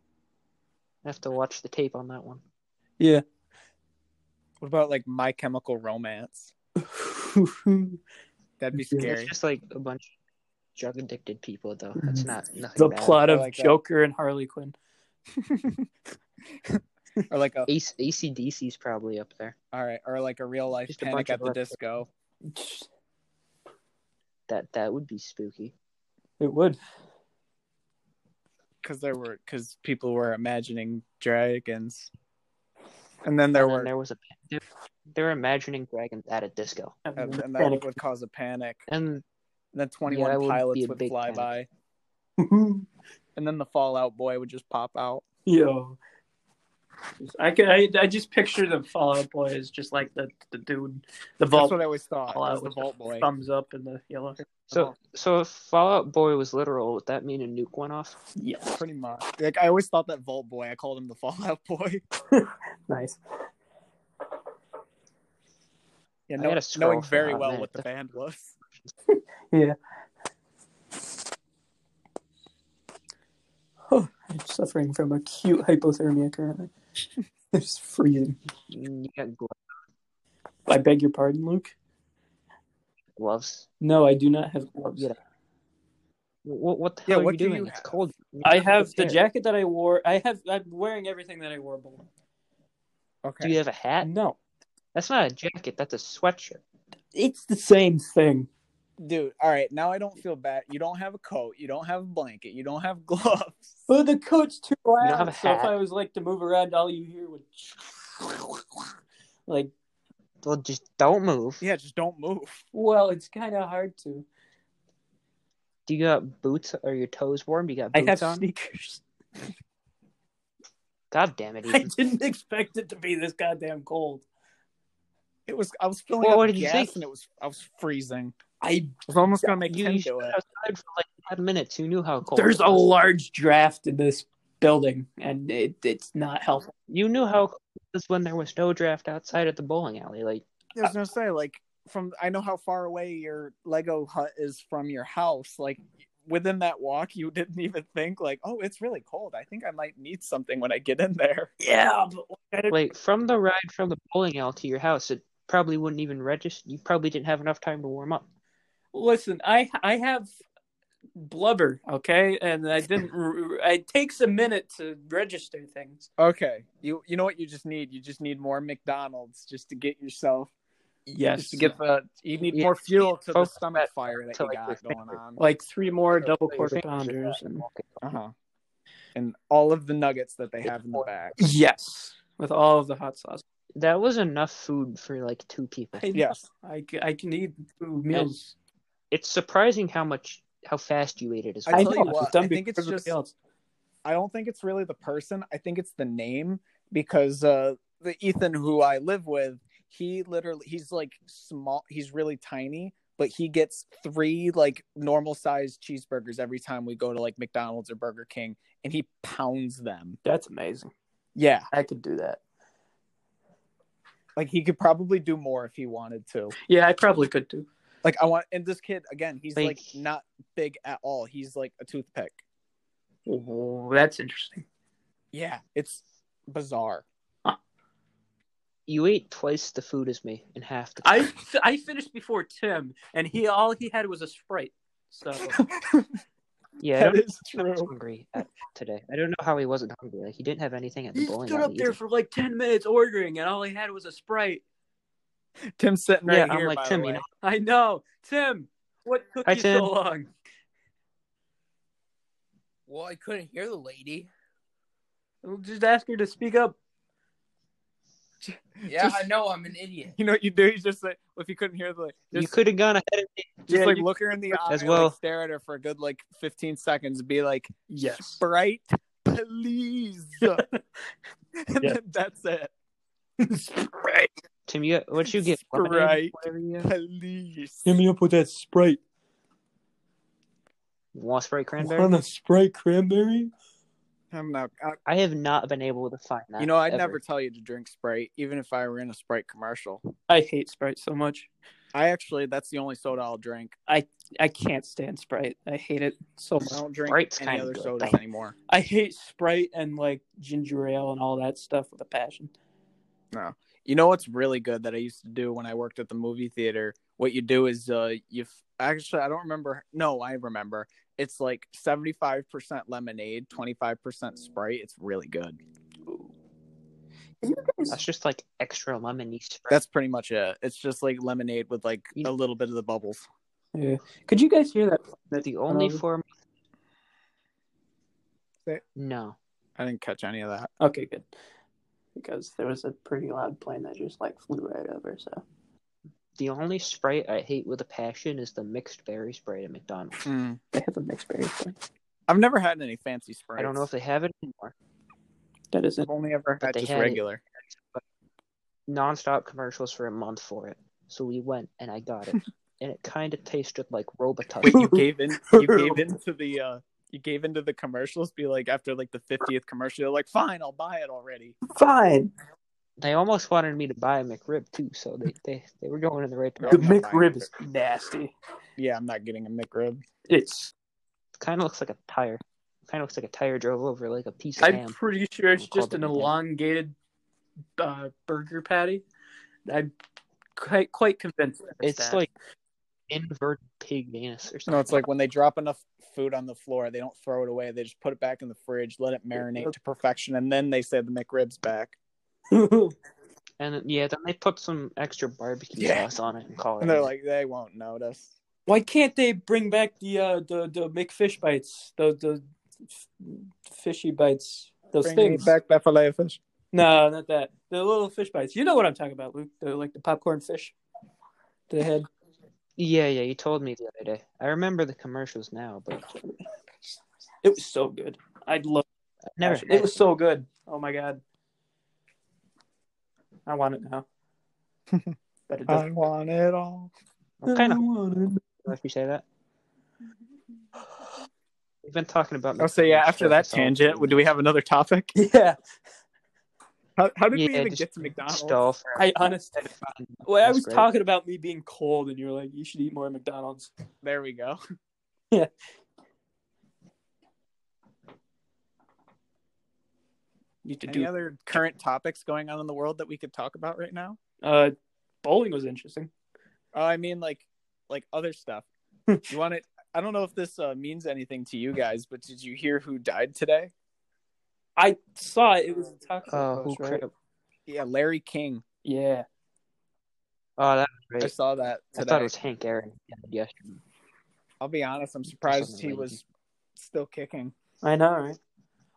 [SPEAKER 1] I have to watch the tape on that one.
[SPEAKER 2] Yeah.
[SPEAKER 3] What about like My Chemical Romance?
[SPEAKER 2] the
[SPEAKER 3] That'd be
[SPEAKER 2] Yeah,
[SPEAKER 3] scary.
[SPEAKER 1] It's just like a bunch of drug addicted people, though. That's not nothing. bad.
[SPEAKER 2] plot
[SPEAKER 3] I
[SPEAKER 2] of
[SPEAKER 3] like that.
[SPEAKER 2] Joker and Harley Quinn.
[SPEAKER 3] or like a
[SPEAKER 1] AC, ACDC's probably up there.
[SPEAKER 3] all right, or like a real life
[SPEAKER 1] Just a bunch
[SPEAKER 3] Panic at
[SPEAKER 1] of
[SPEAKER 3] the
[SPEAKER 1] electro-
[SPEAKER 3] Disco.
[SPEAKER 1] That that would be spooky.
[SPEAKER 2] It would.
[SPEAKER 3] because there were because people were imagining dragons, and then there
[SPEAKER 1] And then
[SPEAKER 3] were
[SPEAKER 1] there was a they're, they're imagining dragons at a disco,
[SPEAKER 3] and, and that
[SPEAKER 2] Panic.
[SPEAKER 3] would cause a panic.
[SPEAKER 1] and
[SPEAKER 3] And then Twenty One
[SPEAKER 1] that would be
[SPEAKER 3] Pilots
[SPEAKER 1] a
[SPEAKER 3] would
[SPEAKER 1] big
[SPEAKER 3] fly
[SPEAKER 1] panic.
[SPEAKER 3] by, and then the Fallout Boy would just pop out.
[SPEAKER 2] Yo. I could. I, I just picture the Fallout Boy as just like the the dude, the
[SPEAKER 3] That's
[SPEAKER 2] vault
[SPEAKER 3] what I always thought.
[SPEAKER 2] Fallout
[SPEAKER 3] was the
[SPEAKER 2] with the
[SPEAKER 3] Vault Boy.
[SPEAKER 2] thumbs up and the yellow.
[SPEAKER 3] Oh.
[SPEAKER 1] so so if Fallout Boy was literal, would that mean a nuke went off?
[SPEAKER 2] Yes.
[SPEAKER 3] Pretty much. Like I always thought that Vault Boy. I called him the Fallout Boy.
[SPEAKER 2] Nice.
[SPEAKER 3] Yeah,
[SPEAKER 1] I
[SPEAKER 3] know,
[SPEAKER 1] gotta scroll
[SPEAKER 3] knowing
[SPEAKER 1] for
[SPEAKER 3] very
[SPEAKER 1] that,
[SPEAKER 3] well
[SPEAKER 1] man.
[SPEAKER 3] what the band was.
[SPEAKER 2] Oh, I'm suffering from acute hypothermia currently. it's freezing.
[SPEAKER 1] You got glo-
[SPEAKER 2] I beg your pardon, Luke.
[SPEAKER 1] gloves.
[SPEAKER 2] No, I do not have gloves.
[SPEAKER 1] Yeah. What what the
[SPEAKER 3] Yeah,
[SPEAKER 1] hell are
[SPEAKER 3] what
[SPEAKER 1] you
[SPEAKER 3] do
[SPEAKER 1] doing?
[SPEAKER 3] you
[SPEAKER 1] it's
[SPEAKER 3] have?
[SPEAKER 1] cold.
[SPEAKER 2] I have the
[SPEAKER 1] Here.
[SPEAKER 2] jacket that I wore. I have. I'm wearing everything that I wore below.
[SPEAKER 3] Okay.
[SPEAKER 1] Do you have a hat?
[SPEAKER 2] No,
[SPEAKER 1] That's not a jacket. That's a sweatshirt.
[SPEAKER 2] it's the same thing.
[SPEAKER 3] Dude, all right. Now I don't feel bad. You don't have a coat. You don't have a blanket. You don't have gloves.
[SPEAKER 2] But the coat's too
[SPEAKER 1] don't have
[SPEAKER 2] loud.
[SPEAKER 1] a
[SPEAKER 2] So if
[SPEAKER 1] hat.
[SPEAKER 2] I was like to move around, all you hear would like.
[SPEAKER 1] Well, just don't move.
[SPEAKER 3] Yeah, just don't move.
[SPEAKER 2] Well, it's kind of hard to.
[SPEAKER 1] Do you got boots? Are your toes warm? You got
[SPEAKER 2] I
[SPEAKER 1] boots
[SPEAKER 2] have
[SPEAKER 1] on?
[SPEAKER 2] sneakers.
[SPEAKER 1] God damn it!
[SPEAKER 2] I
[SPEAKER 1] Ethan.
[SPEAKER 2] didn't expect it to be this goddamn cold.
[SPEAKER 3] It was. I was filling
[SPEAKER 1] Well,
[SPEAKER 3] up
[SPEAKER 1] what did you
[SPEAKER 3] gas,
[SPEAKER 1] think?
[SPEAKER 3] and it was. I was freezing.
[SPEAKER 2] I
[SPEAKER 3] I was almost gonna make
[SPEAKER 1] You,
[SPEAKER 3] him
[SPEAKER 1] you
[SPEAKER 3] do
[SPEAKER 1] stood
[SPEAKER 3] it.
[SPEAKER 1] outside for like ten minutes. You knew how cold.
[SPEAKER 2] there's
[SPEAKER 1] it
[SPEAKER 2] a
[SPEAKER 1] was.
[SPEAKER 2] large draft in this building, and it, it's not helpful.
[SPEAKER 1] You knew how cold it was when there was no draft outside at the bowling alley. Like
[SPEAKER 3] I was gonna say, like, from I know how far away your Lego hut is from your house. Like, within that walk, you didn't even think, like, oh, it's really cold. I think I might need something when I get in there.
[SPEAKER 2] Yeah, but what kind of-
[SPEAKER 1] like from the ride from the bowling alley to your house, it probably wouldn't even register. You probably didn't have enough time to warm up.
[SPEAKER 2] listen, I I have blubber, okay, and I didn't. r- r- it takes a minute to register things.
[SPEAKER 3] Okay, you you know what you just need? You just need more McDonald's just to get yourself.
[SPEAKER 2] Yes,
[SPEAKER 3] Just to get the you need
[SPEAKER 1] Yeah.
[SPEAKER 3] more fuel to the
[SPEAKER 1] Focus
[SPEAKER 3] stomach
[SPEAKER 1] that-
[SPEAKER 3] fire that
[SPEAKER 1] to,
[SPEAKER 3] you
[SPEAKER 1] like,
[SPEAKER 3] got
[SPEAKER 1] your
[SPEAKER 3] going
[SPEAKER 1] favorite.
[SPEAKER 3] on.
[SPEAKER 2] like three more double
[SPEAKER 1] Your
[SPEAKER 2] quarter
[SPEAKER 1] fingers are
[SPEAKER 2] pounders.
[SPEAKER 1] not
[SPEAKER 2] And...
[SPEAKER 1] walking.
[SPEAKER 3] Uh huh. And all of the nuggets that they have in the back.
[SPEAKER 2] Yes, with all of the hot sauce.
[SPEAKER 1] That was enough food for like two people.
[SPEAKER 2] I,
[SPEAKER 3] Yes.
[SPEAKER 2] I, c- I can eat two meals.
[SPEAKER 1] It's surprising how much how fast you ate it as
[SPEAKER 3] I
[SPEAKER 1] well.
[SPEAKER 3] tell you
[SPEAKER 2] know,
[SPEAKER 3] what,
[SPEAKER 2] it's done
[SPEAKER 3] I think it's
[SPEAKER 2] before everybody
[SPEAKER 3] just-
[SPEAKER 2] else.
[SPEAKER 3] I don't think it's really the person. I think it's the name because uh, the Ethan who I live with, he literally he's like small. He's really tiny, but he gets three like normal sized cheeseburgers every time we go to like McDonald's or Burger King, and he pounds them.
[SPEAKER 2] That's amazing.
[SPEAKER 3] Yeah,
[SPEAKER 2] I could do that.
[SPEAKER 3] like he could probably do more if he wanted to.
[SPEAKER 2] Yeah, I probably could do.
[SPEAKER 3] Like I want, and this kid again, he's
[SPEAKER 1] Like-
[SPEAKER 3] like not big at all. He's like a toothpick.
[SPEAKER 2] Oh, that's interesting.
[SPEAKER 3] Yeah, it's bizarre.
[SPEAKER 1] You ate twice the food as me in half the time.
[SPEAKER 2] I I finished before Tim, and he all he had was a sprite. So
[SPEAKER 1] yeah, I
[SPEAKER 3] That
[SPEAKER 1] don't
[SPEAKER 3] is
[SPEAKER 1] I was
[SPEAKER 3] true.
[SPEAKER 1] hungry at, today. I don't know how he wasn't hungry. Like he didn't have anything at the
[SPEAKER 2] he
[SPEAKER 1] bowling
[SPEAKER 2] stood up
[SPEAKER 1] alley.
[SPEAKER 2] there
[SPEAKER 1] either.
[SPEAKER 2] for like ten minutes ordering, and all he had was a sprite.
[SPEAKER 3] Tim's sitting right
[SPEAKER 1] Yeah, I'm
[SPEAKER 3] here.
[SPEAKER 1] like,
[SPEAKER 3] by the
[SPEAKER 1] Tim, you
[SPEAKER 3] way.
[SPEAKER 1] know-
[SPEAKER 2] I know, Tim. What took
[SPEAKER 1] Hi,
[SPEAKER 2] you
[SPEAKER 1] Tim.
[SPEAKER 2] so long?
[SPEAKER 4] Well, I couldn't hear the lady.
[SPEAKER 2] Just ask her to speak up.
[SPEAKER 4] Yeah, I know I'm an idiot.
[SPEAKER 3] You know what you do? You just like if you couldn't hear the like,
[SPEAKER 1] you
[SPEAKER 3] just,
[SPEAKER 1] could have gone ahead and
[SPEAKER 3] just
[SPEAKER 2] Yeah,
[SPEAKER 3] like
[SPEAKER 2] you-
[SPEAKER 3] look her in the eye
[SPEAKER 1] As
[SPEAKER 3] as
[SPEAKER 1] well.
[SPEAKER 3] well, like, stare at her for a good like fifteen seconds, and be like,
[SPEAKER 2] Yes.
[SPEAKER 3] "Sprite, please," and then that's it.
[SPEAKER 2] sprite.
[SPEAKER 1] Tim, you what you get? Lemonade?
[SPEAKER 3] Sprite,
[SPEAKER 1] Whatever you got?
[SPEAKER 3] please.
[SPEAKER 2] me up with that sprite.
[SPEAKER 1] You want Sprite cranberry?
[SPEAKER 2] a sprite cranberry?
[SPEAKER 3] I'm not. I,
[SPEAKER 1] I have not been able to find that.
[SPEAKER 3] you know, I'd
[SPEAKER 1] ever.
[SPEAKER 3] never tell you to drink Sprite, even if I were in a Sprite commercial.
[SPEAKER 2] I hate Sprite so much.
[SPEAKER 3] I actually, that's the only soda I'll drink.
[SPEAKER 2] I can't stand Sprite. I hate it so
[SPEAKER 3] I
[SPEAKER 2] much.
[SPEAKER 3] don't drink
[SPEAKER 1] Sprite's
[SPEAKER 3] any
[SPEAKER 1] kinda
[SPEAKER 3] other
[SPEAKER 1] good.
[SPEAKER 3] sodas anymore.
[SPEAKER 2] I hate Sprite and like ginger ale and all that stuff with a passion.
[SPEAKER 3] No. You know what's really good that I used to do when I worked at the movie theater? What you do is uh you f- actually I don't remember. No, I remember. It's like 75% lemonade, 25% Sprite. It's really good.
[SPEAKER 1] That's just like extra lemony Sprite.
[SPEAKER 3] That's pretty much it. It's just like lemonade with like
[SPEAKER 1] You-
[SPEAKER 3] a little bit of the bubbles.
[SPEAKER 2] Yeah. Could you guys hear that?
[SPEAKER 1] That's the only
[SPEAKER 2] um,
[SPEAKER 1] form.
[SPEAKER 3] Say-
[SPEAKER 1] No.
[SPEAKER 3] I didn't catch any of that.
[SPEAKER 2] Okay, good. Because there was a pretty loud plane that just like flew right over. So
[SPEAKER 1] The only Sprite I hate with a passion is the mixed berry Sprite at McDonald's.
[SPEAKER 3] Mm.
[SPEAKER 2] they have a mixed berry thing.
[SPEAKER 3] I've never had any fancy Sprite.
[SPEAKER 1] I don't know if they have it anymore.
[SPEAKER 2] That isn't.
[SPEAKER 3] I've only ever
[SPEAKER 1] But
[SPEAKER 3] had
[SPEAKER 1] they
[SPEAKER 3] just
[SPEAKER 1] had it.
[SPEAKER 3] regular.
[SPEAKER 1] Non-stop commercials for a month for it. So we went and I got it. and it kind of tasted like Robitussin.
[SPEAKER 3] Wait, you gave in you gave in to the uh you gave into the commercials be like after like the 50th commercial you're like fine I'll buy it already.
[SPEAKER 2] Fine.
[SPEAKER 1] They almost wanted me to buy a McRib too, so they, they, they were going in the right
[SPEAKER 3] No.
[SPEAKER 2] The
[SPEAKER 1] direction.
[SPEAKER 3] I'm not
[SPEAKER 2] McRib
[SPEAKER 3] buying
[SPEAKER 2] is nasty.
[SPEAKER 3] Yeah, I'm not getting a McRib.
[SPEAKER 2] It's.
[SPEAKER 1] Kind of looks like a tire. Kind of looks like a tire drove over like a piece of
[SPEAKER 2] I'm
[SPEAKER 1] ham.
[SPEAKER 2] pretty sure it's
[SPEAKER 1] We'll call
[SPEAKER 2] just an
[SPEAKER 1] them again.
[SPEAKER 2] elongated uh, burger patty. I'm quite quite convinced. that
[SPEAKER 1] It's
[SPEAKER 2] that.
[SPEAKER 1] like inverted pig anus or something.
[SPEAKER 3] No, it's like when they drop enough food on the floor, they don't throw it away. They just put it back in the fridge, let it marinate to perfection, and then they say the McRib's back.
[SPEAKER 1] and then- yeah, then they put some extra barbecue
[SPEAKER 3] Yeah.
[SPEAKER 1] sauce on it and call it.
[SPEAKER 3] And they're
[SPEAKER 1] in.
[SPEAKER 3] like, they won't notice.
[SPEAKER 2] Why can't they bring back the uh, the the McFish bites, the the f- fishy bites, those
[SPEAKER 3] Bring me
[SPEAKER 2] things?
[SPEAKER 3] back that fillet of fish.
[SPEAKER 2] No, not that. The little fish bites. You know what I'm talking about, Luke? The like the popcorn fish. that They had.
[SPEAKER 1] yeah, yeah, you told me the other day. I remember the commercials now, but I
[SPEAKER 2] It was so good. I'd love.
[SPEAKER 1] never.
[SPEAKER 2] It was so good. Oh my god. I want it now. but it doesn't.
[SPEAKER 3] I want it all.
[SPEAKER 1] kind of
[SPEAKER 2] of.
[SPEAKER 1] if you say that. We've been talking about.
[SPEAKER 3] Oh, so yeah,
[SPEAKER 1] McDonald's
[SPEAKER 3] after that
[SPEAKER 1] stuff all
[SPEAKER 3] tangent,
[SPEAKER 1] day.
[SPEAKER 3] do we have another topic?
[SPEAKER 2] Yeah,
[SPEAKER 3] How, how did we
[SPEAKER 1] Yeah,
[SPEAKER 3] even
[SPEAKER 1] just
[SPEAKER 3] get to McDonald's?
[SPEAKER 1] stall for-
[SPEAKER 2] I honestly. Well, I
[SPEAKER 1] That's
[SPEAKER 2] was
[SPEAKER 1] great.
[SPEAKER 2] talking about me being cold, and you were like, "You should eat more McDonald's."
[SPEAKER 3] There we go.
[SPEAKER 2] Yeah. Need to
[SPEAKER 3] Any
[SPEAKER 2] do.
[SPEAKER 3] other current topics going on in the world that we could talk about right now?
[SPEAKER 2] Uh, bowling was interesting.
[SPEAKER 3] Oh, I mean, like, like other stuff. you want to? I don't know if this uh, means anything to you guys, but did you hear who died today?
[SPEAKER 2] I saw it. It was a taco.
[SPEAKER 1] Uh, who
[SPEAKER 2] post, right?
[SPEAKER 1] cri-
[SPEAKER 3] Yeah, Larry King.
[SPEAKER 2] Yeah.
[SPEAKER 1] Oh, that
[SPEAKER 3] I
[SPEAKER 1] was
[SPEAKER 3] saw that
[SPEAKER 1] great. I
[SPEAKER 3] today.
[SPEAKER 1] thought it was Hank Aaron yesterday.
[SPEAKER 3] I'll be honest, I'm surprised
[SPEAKER 1] Something
[SPEAKER 3] he
[SPEAKER 1] like
[SPEAKER 3] was still kicking.
[SPEAKER 2] I know, right?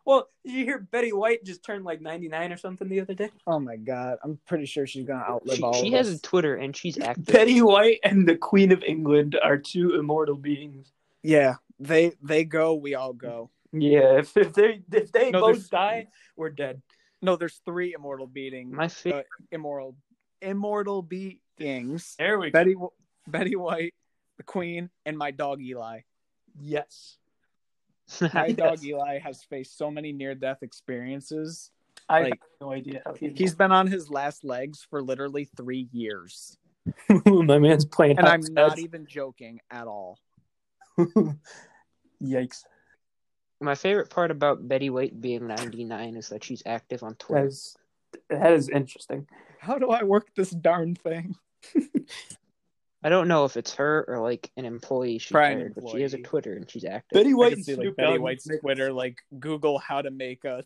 [SPEAKER 2] Well, did you hear Betty White just turned like 99 or something the other day?
[SPEAKER 3] Oh my god, I'm pretty sure she's gonna outlive
[SPEAKER 1] She,
[SPEAKER 3] all.
[SPEAKER 1] she
[SPEAKER 3] of
[SPEAKER 1] has
[SPEAKER 3] us.
[SPEAKER 1] a Twitter and she's active.
[SPEAKER 2] Betty White and the Queen of England are two immortal beings.
[SPEAKER 3] Yeah, they they go, we all go.
[SPEAKER 2] Yeah, if, if they if they
[SPEAKER 3] No,
[SPEAKER 2] both
[SPEAKER 3] there's-
[SPEAKER 2] die, we're dead.
[SPEAKER 3] No, there's three immortal beating
[SPEAKER 1] Mm-hmm. My favorite.
[SPEAKER 3] immoral immortal beings.
[SPEAKER 2] There we go.
[SPEAKER 3] Betty Betty White, the Queen, and my dog Eli.
[SPEAKER 2] Yes.
[SPEAKER 3] My
[SPEAKER 2] Yes.
[SPEAKER 3] dog Eli has faced so many near death experiences.
[SPEAKER 2] I
[SPEAKER 3] Like,
[SPEAKER 2] have no idea how he
[SPEAKER 3] He's been on his last legs for literally three years.
[SPEAKER 2] my man's playing.
[SPEAKER 3] And I'm not
[SPEAKER 2] hopscotch.
[SPEAKER 3] even joking at all.
[SPEAKER 2] Yikes.
[SPEAKER 1] My favorite part about Betty White being 99 is that she's active on
[SPEAKER 2] That
[SPEAKER 1] Twitter.
[SPEAKER 2] is that is interesting.
[SPEAKER 3] How do I work this darn thing?
[SPEAKER 1] I don't know if it's her or like an employee she
[SPEAKER 3] Probably an
[SPEAKER 1] hired, but she has a
[SPEAKER 3] employee.
[SPEAKER 1] Twitter and she's active.
[SPEAKER 2] Betty
[SPEAKER 3] I
[SPEAKER 2] White
[SPEAKER 3] can
[SPEAKER 2] and
[SPEAKER 3] see like
[SPEAKER 2] Snoop
[SPEAKER 3] Betty
[SPEAKER 2] Dogg
[SPEAKER 3] White's
[SPEAKER 2] make-
[SPEAKER 3] Twitter, like Google how to make a like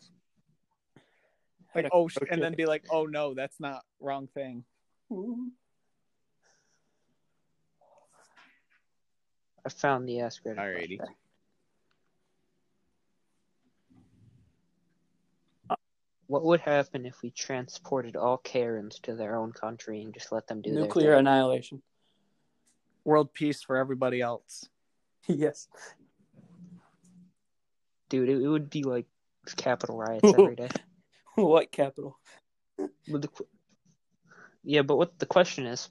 [SPEAKER 2] had a
[SPEAKER 3] oh, sh-
[SPEAKER 2] crochet.
[SPEAKER 3] and then be like, oh no, that's not wrong thing.
[SPEAKER 1] I found the Ask Reddit.
[SPEAKER 3] Alrighty.
[SPEAKER 1] question. What would happen if we transported all Karens to their own country and just let them do
[SPEAKER 2] nuclear
[SPEAKER 1] Their thing?
[SPEAKER 2] annihilation.
[SPEAKER 3] World peace for everybody else.
[SPEAKER 2] Yes.
[SPEAKER 1] Dude, it, it would be like capital riots every day.
[SPEAKER 2] What capital?
[SPEAKER 1] But the qu- yeah, but what the question is,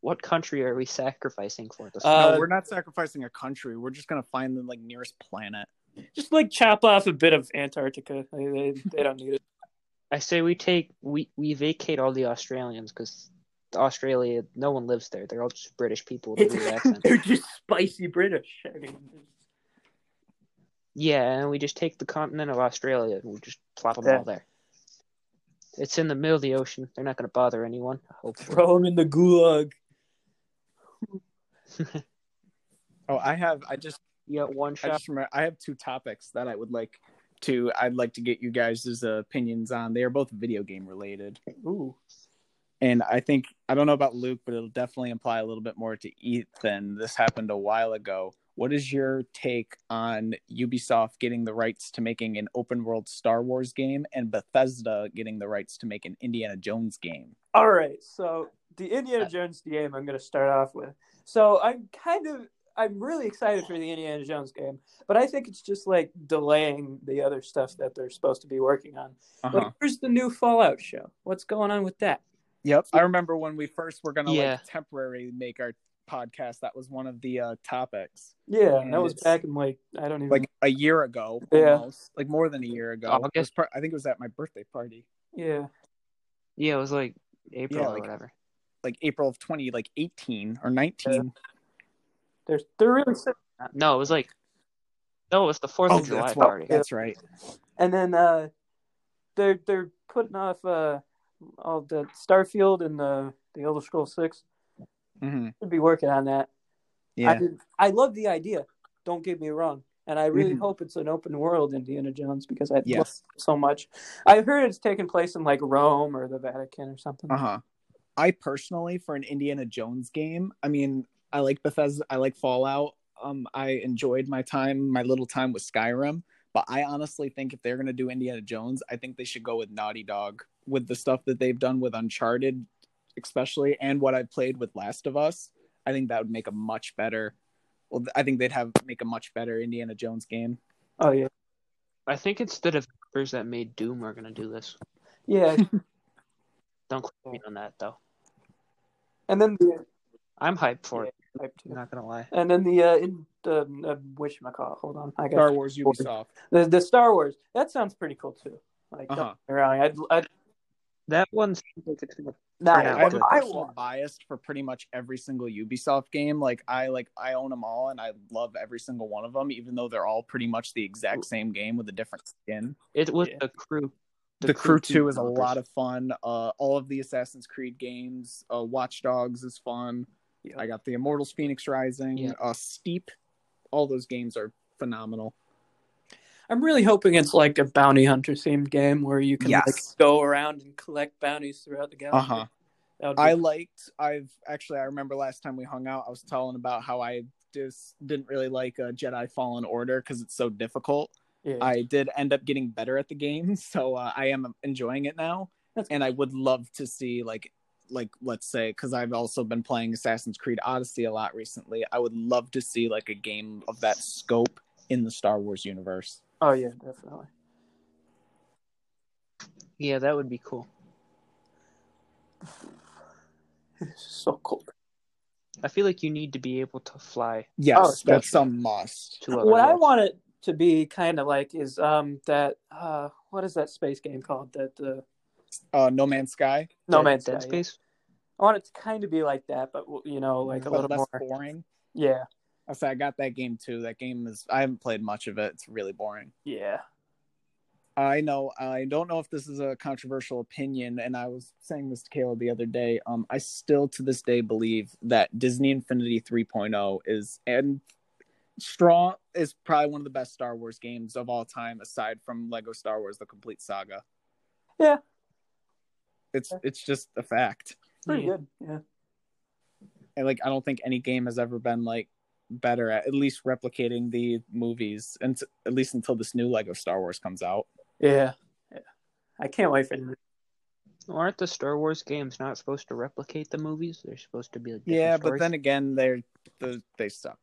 [SPEAKER 1] what country are we sacrificing for this?
[SPEAKER 2] Uh,
[SPEAKER 3] no, we're not sacrificing a country. We're just gonna find the like nearest planet.
[SPEAKER 2] Just like chop off a bit of Antarctica. They, they, they don't need it.
[SPEAKER 1] I say we take we we vacate all the Australians because Australia, no one lives there. They're all just British people with a weird accent.
[SPEAKER 2] They're just spicy British. I mean,
[SPEAKER 1] Yeah, and we just take the continent of Australia and we just plop them
[SPEAKER 2] Yeah.
[SPEAKER 1] all there. It's in the middle of the ocean. They're not going to bother anyone. Hopefully.
[SPEAKER 2] throw them in the gulag.
[SPEAKER 3] Oh, I have. I just.
[SPEAKER 1] You got one
[SPEAKER 3] I
[SPEAKER 1] shot.
[SPEAKER 3] just remember. I have two topics that I would like to. I'd like to get you guys' opinions on. They are both video game related,
[SPEAKER 2] Ooh.
[SPEAKER 3] and I think I don't know about Luke, but it'll definitely apply a little bit more to Ethan. This happened a while ago. What is your take on Ubisoft getting the rights to making an open world Star Wars game and Bethesda getting the rights to make an Indiana Jones game?
[SPEAKER 2] All right, so the Indiana Jones game I'm going to start off with. So I'm kind of I'm really excited for the Indiana Jones game, but I think it's just like delaying the other stuff that they're supposed to be working on.
[SPEAKER 3] Uh-huh.
[SPEAKER 2] Like, where's the new Fallout show? What's going on with that?
[SPEAKER 3] Yep. I remember when we first were gonna
[SPEAKER 1] Yeah.
[SPEAKER 3] like temporarily make our podcast. That was one of the uh, topics,
[SPEAKER 2] Yeah,
[SPEAKER 3] And
[SPEAKER 2] that was
[SPEAKER 3] it's-
[SPEAKER 2] back in like I don't even
[SPEAKER 3] like a year ago,
[SPEAKER 2] Yeah.
[SPEAKER 3] almost, like more than a year ago.
[SPEAKER 1] August?
[SPEAKER 3] It was pro- I think it was at my birthday party,
[SPEAKER 2] yeah.
[SPEAKER 1] Yeah, it was like April
[SPEAKER 3] Yeah,
[SPEAKER 1] or
[SPEAKER 3] like-
[SPEAKER 1] whatever.
[SPEAKER 3] like April of twenty, like eighteen or nineteen.
[SPEAKER 2] They're they're really sick.
[SPEAKER 1] Uh, No, it was like no, it was the Fourth
[SPEAKER 3] oh,
[SPEAKER 1] of July
[SPEAKER 3] that's,
[SPEAKER 1] party.
[SPEAKER 3] right. that's right.
[SPEAKER 2] and then uh, they're they're putting off uh, all the Starfield and the the Elder Scrolls Six.
[SPEAKER 3] hmm
[SPEAKER 2] Should be working on that.
[SPEAKER 3] Yeah.
[SPEAKER 2] I, mean, I love the idea. Don't get me wrong. And I really
[SPEAKER 3] Mhm.
[SPEAKER 2] hope it's an open world Indiana Jones because I love
[SPEAKER 3] yes.
[SPEAKER 2] it so much. I've heard it's taking place in like Rome or the Vatican or something.
[SPEAKER 3] Uh huh. I personally, for an Indiana Jones game, I mean, I like Bethesda. I like Fallout. Um, I enjoyed my time, my little time with Skyrim. But I honestly think if they're gonna do Indiana Jones, I think they should go with Naughty Dog with the stuff that they've done with Uncharted, especially, and what I've played with Last of Us. I think that would make a much better. Well, I think they'd have make a much better Indiana Jones game.
[SPEAKER 2] Oh yeah,
[SPEAKER 1] I think it's the developers that made Doom are gonna do this.
[SPEAKER 2] yeah.
[SPEAKER 1] Don't quote
[SPEAKER 3] Oh.
[SPEAKER 1] me on that though.
[SPEAKER 2] and then the
[SPEAKER 1] I'm hyped for it. I'm
[SPEAKER 2] and
[SPEAKER 1] not gonna lie.
[SPEAKER 2] then the uh, in the uh, which my call. Hold on, I
[SPEAKER 3] Star
[SPEAKER 2] got
[SPEAKER 3] Wars, Ubisoft.
[SPEAKER 2] the the Star Wrors. That sounds pretty cool too. Like don't
[SPEAKER 3] Uh-huh.
[SPEAKER 2] get me wrong, I'd, I'd
[SPEAKER 1] That one seems like it's gonna.
[SPEAKER 2] nah,
[SPEAKER 1] Yeah,
[SPEAKER 3] I have a
[SPEAKER 2] I,
[SPEAKER 3] personal
[SPEAKER 2] want.
[SPEAKER 3] bias for pretty much every single Ubisoft game. Like I like I own them all, and I love every single one of them, even though they're all pretty much the exact same game with a different skin.
[SPEAKER 1] It was
[SPEAKER 2] Yeah.
[SPEAKER 1] the crew.
[SPEAKER 3] The, Crew Two is a lot of fun. Uh, all of the Assassin's Creed games, uh, Watch Dogs is fun.
[SPEAKER 2] Yeah.
[SPEAKER 3] I got the Immortals: Phoenix Rising,
[SPEAKER 1] Yeah.
[SPEAKER 3] uh, Steep. All those games are phenomenal.
[SPEAKER 2] I'm really hoping it's like a bounty hunter themed game where you can like
[SPEAKER 3] Yes.
[SPEAKER 2] go around and collect bounties throughout the galaxy.
[SPEAKER 3] Uh-huh.
[SPEAKER 2] That would be
[SPEAKER 3] I liked. I've actually. I remember last time we hung out, I was telling about how I just didn't really like uh, Jedi Fallen Order because it's so difficult.
[SPEAKER 2] yeah.
[SPEAKER 3] I did end up getting better at the game, so uh, I am enjoying it now.
[SPEAKER 2] That's
[SPEAKER 3] and I would love to see like like let's say because I've also been playing Assassin's Creed Odyssey a lot recently. I would love to see like a game of that scope in the Star Wars universe.
[SPEAKER 2] Oh yeah, definitely.
[SPEAKER 1] Yeah, that would be cool.
[SPEAKER 2] It's so cold.
[SPEAKER 1] I feel like you need to be able to fly
[SPEAKER 3] Yes,
[SPEAKER 2] Oh,
[SPEAKER 3] that's a must.
[SPEAKER 1] to other
[SPEAKER 2] what I
[SPEAKER 1] worlds.
[SPEAKER 2] want it to be kind of like is um that uh what is that space game called that the
[SPEAKER 3] Uh, no Man's Sky,
[SPEAKER 2] No
[SPEAKER 1] Dead-
[SPEAKER 2] Man's
[SPEAKER 1] Dead
[SPEAKER 2] Sky, yeah.
[SPEAKER 1] Space.
[SPEAKER 2] I want it to kind of be like that, but you know, like a
[SPEAKER 3] but
[SPEAKER 2] little
[SPEAKER 3] less
[SPEAKER 2] more.
[SPEAKER 3] boring.
[SPEAKER 2] Yeah,
[SPEAKER 3] I said I got that game too. That game is I haven't played much of it. It's really boring.
[SPEAKER 2] yeah.
[SPEAKER 3] I know. I don't know if this is a controversial opinion, and I was saying this to Kayla the other day. Um, I still to this day believe that Disney Infinity 3.0 is and strong is probably one of the best Star Wars games of all time, aside from Lego Star Wars: The Complete Saga.
[SPEAKER 2] Yeah.
[SPEAKER 3] it's it's just a fact,
[SPEAKER 2] Pretty
[SPEAKER 1] Yeah.
[SPEAKER 2] good. Yeah.
[SPEAKER 3] and like I don't think any game has ever been like better at at least replicating the movies, and t- at least until this new Lego Star Wars comes out.
[SPEAKER 2] Yeah. Yeah. I can't wait for it.
[SPEAKER 1] Aren't the Star Wars games not supposed to replicate the movies? They're supposed to be like different
[SPEAKER 3] Yeah, but
[SPEAKER 1] stories?
[SPEAKER 3] then again, they're the, they suck.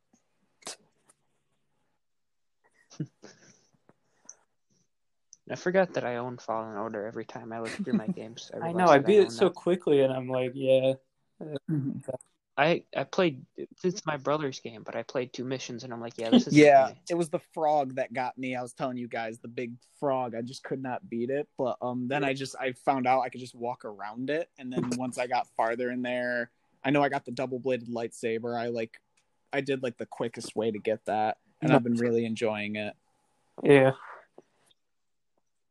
[SPEAKER 1] I forgot that I own Fallen Order every time I look through my games.
[SPEAKER 2] I
[SPEAKER 1] realize
[SPEAKER 2] know I
[SPEAKER 1] that
[SPEAKER 2] beat
[SPEAKER 1] own
[SPEAKER 2] it so
[SPEAKER 1] that.
[SPEAKER 2] quickly and I'm like, yeah.
[SPEAKER 1] I I played it's my brother's game, but I played two missions and I'm like, yeah, this is
[SPEAKER 3] yeah, it was the frog that got me. I was telling you guys, the big frog. I just could not beat it. But um, then I just I found out I could just walk around it, and then once I got farther in there, I know I got the double bladed lightsaber. I like, I did like the quickest way to get that, and I've been really enjoying it.
[SPEAKER 2] Yeah.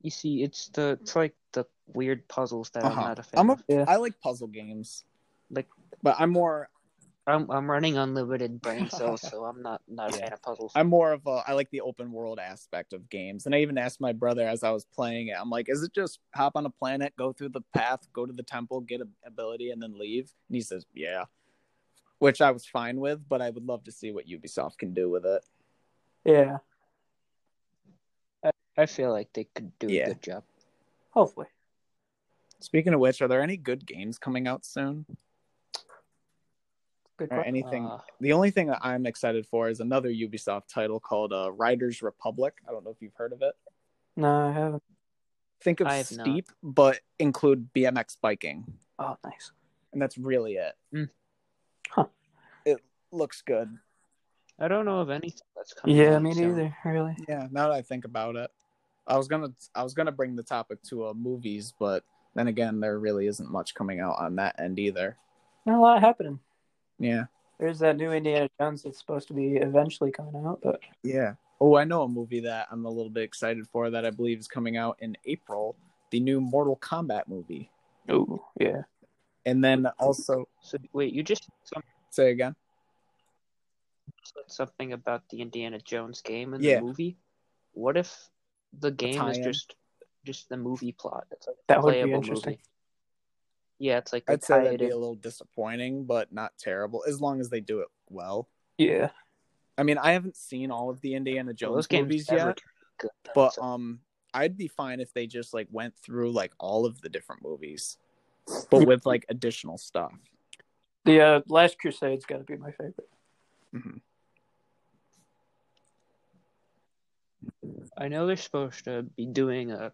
[SPEAKER 1] You see, it's the it's like the weird puzzles that
[SPEAKER 3] Uh-huh.
[SPEAKER 1] I'm not a fan.
[SPEAKER 3] I'm a,
[SPEAKER 1] of.
[SPEAKER 2] Yeah.
[SPEAKER 3] I like puzzle games,
[SPEAKER 1] Like-
[SPEAKER 3] but I'm more
[SPEAKER 1] I'm I'm running unlimited brain cells, so I'm not not a fan of puzzles.
[SPEAKER 3] I'm more of a I like the open world aspect of games. And I even asked my brother as I was playing it, I'm like, is it just hop on a planet, go through the path, go to the temple, get an ability, and then leave? And he says, Yeah. Which I was fine with, but I would love to see what Ubisoft can do with it.
[SPEAKER 2] Yeah.
[SPEAKER 1] I feel like they could do
[SPEAKER 3] Yeah.
[SPEAKER 1] a good job.
[SPEAKER 2] Hopefully.
[SPEAKER 3] Speaking of which, are there any good games coming out soon?
[SPEAKER 2] Good
[SPEAKER 3] Or
[SPEAKER 2] question.
[SPEAKER 3] anything?
[SPEAKER 1] Uh,
[SPEAKER 3] the only thing that I'm excited for is another Ubisoft title called uh, Riders Republic. I don't know if you've heard of it.
[SPEAKER 2] No, I haven't.
[SPEAKER 3] Think of
[SPEAKER 1] I have not.
[SPEAKER 3] steep, but include BMX biking.
[SPEAKER 2] Oh, nice.
[SPEAKER 3] and that's really it.
[SPEAKER 1] Mm.
[SPEAKER 2] Huh.
[SPEAKER 3] It looks good.
[SPEAKER 1] I don't know of anything that's coming.
[SPEAKER 2] Yeah,
[SPEAKER 1] out
[SPEAKER 2] me
[SPEAKER 1] soon.
[SPEAKER 2] neither. Really.
[SPEAKER 3] Yeah, now that I think about it, I was gonna I was gonna bring the topic to uh, movies, but then again, there really isn't much coming out on that end either.
[SPEAKER 2] Not a lot happening.
[SPEAKER 3] Yeah,
[SPEAKER 2] There's that new Indiana Jones that's supposed to be eventually coming out, but
[SPEAKER 3] yeah. Oh, I know a movie that I'm a little bit excited for that I believe is coming out in April, the new Mortal Kombat movie,
[SPEAKER 2] oh yeah.
[SPEAKER 3] and then also
[SPEAKER 1] So wait, you just some-
[SPEAKER 3] say again.
[SPEAKER 1] said something about the Indiana Jones game in
[SPEAKER 3] Yeah.
[SPEAKER 1] the movie. What if the game is
[SPEAKER 3] tie-in.
[SPEAKER 1] just just the movie plot? It's like a
[SPEAKER 2] That would be
[SPEAKER 1] playable
[SPEAKER 2] interesting.
[SPEAKER 1] movie. Yeah, it's like they
[SPEAKER 3] I'd say
[SPEAKER 1] tie
[SPEAKER 3] that'd
[SPEAKER 1] it
[SPEAKER 3] be a
[SPEAKER 1] in.
[SPEAKER 3] little disappointing, but not terrible as long as they do it well.
[SPEAKER 2] Yeah.
[SPEAKER 3] I mean, I haven't seen all of the Indiana
[SPEAKER 1] Well,
[SPEAKER 3] Jones
[SPEAKER 1] those games
[SPEAKER 3] movies
[SPEAKER 1] never
[SPEAKER 3] yet.
[SPEAKER 1] turn out good, though,
[SPEAKER 3] but
[SPEAKER 1] so-
[SPEAKER 3] um i'd be fine if they just like went through like all of the different movies but with like additional stuff
[SPEAKER 2] The uh, Last Crusade's got to be my favorite.
[SPEAKER 3] Mm-hmm.
[SPEAKER 1] I know they're supposed to be doing a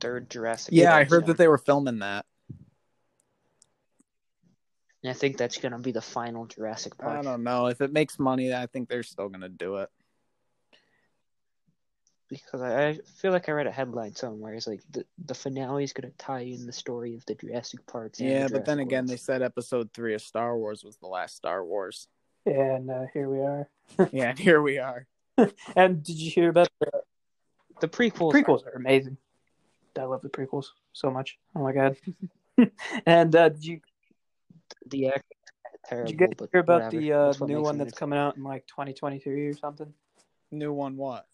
[SPEAKER 1] third Jurassic.
[SPEAKER 3] yeah i
[SPEAKER 1] World
[SPEAKER 3] heard
[SPEAKER 1] soon,
[SPEAKER 3] that they were filming that
[SPEAKER 1] and I think that's gonna be the final Jurassic
[SPEAKER 3] i
[SPEAKER 1] Park.
[SPEAKER 3] don't know if it makes money i think they're still gonna do it
[SPEAKER 1] because I, I feel like I read a headline somewhere. It's like the the finale is going to tie in the story of the Jurassic Parks. and
[SPEAKER 3] yeah
[SPEAKER 1] the
[SPEAKER 3] but then
[SPEAKER 1] Jurassic
[SPEAKER 3] again they
[SPEAKER 1] Worlds.
[SPEAKER 3] said episode three of star wars was the last star wars
[SPEAKER 2] And uh, here we are.
[SPEAKER 3] yeah and here we are
[SPEAKER 2] And did you hear about the
[SPEAKER 1] the prequels,
[SPEAKER 2] prequels? Are amazing. I love the prequels so much. Oh my god. and uh, did you
[SPEAKER 1] are- the act terrible.
[SPEAKER 2] did you guys
[SPEAKER 1] but
[SPEAKER 2] hear about
[SPEAKER 1] whatever.
[SPEAKER 2] the uh,
[SPEAKER 1] That's what
[SPEAKER 2] new
[SPEAKER 1] makes
[SPEAKER 2] one
[SPEAKER 1] them
[SPEAKER 2] that's coming out in like 2023 or something?
[SPEAKER 3] new one what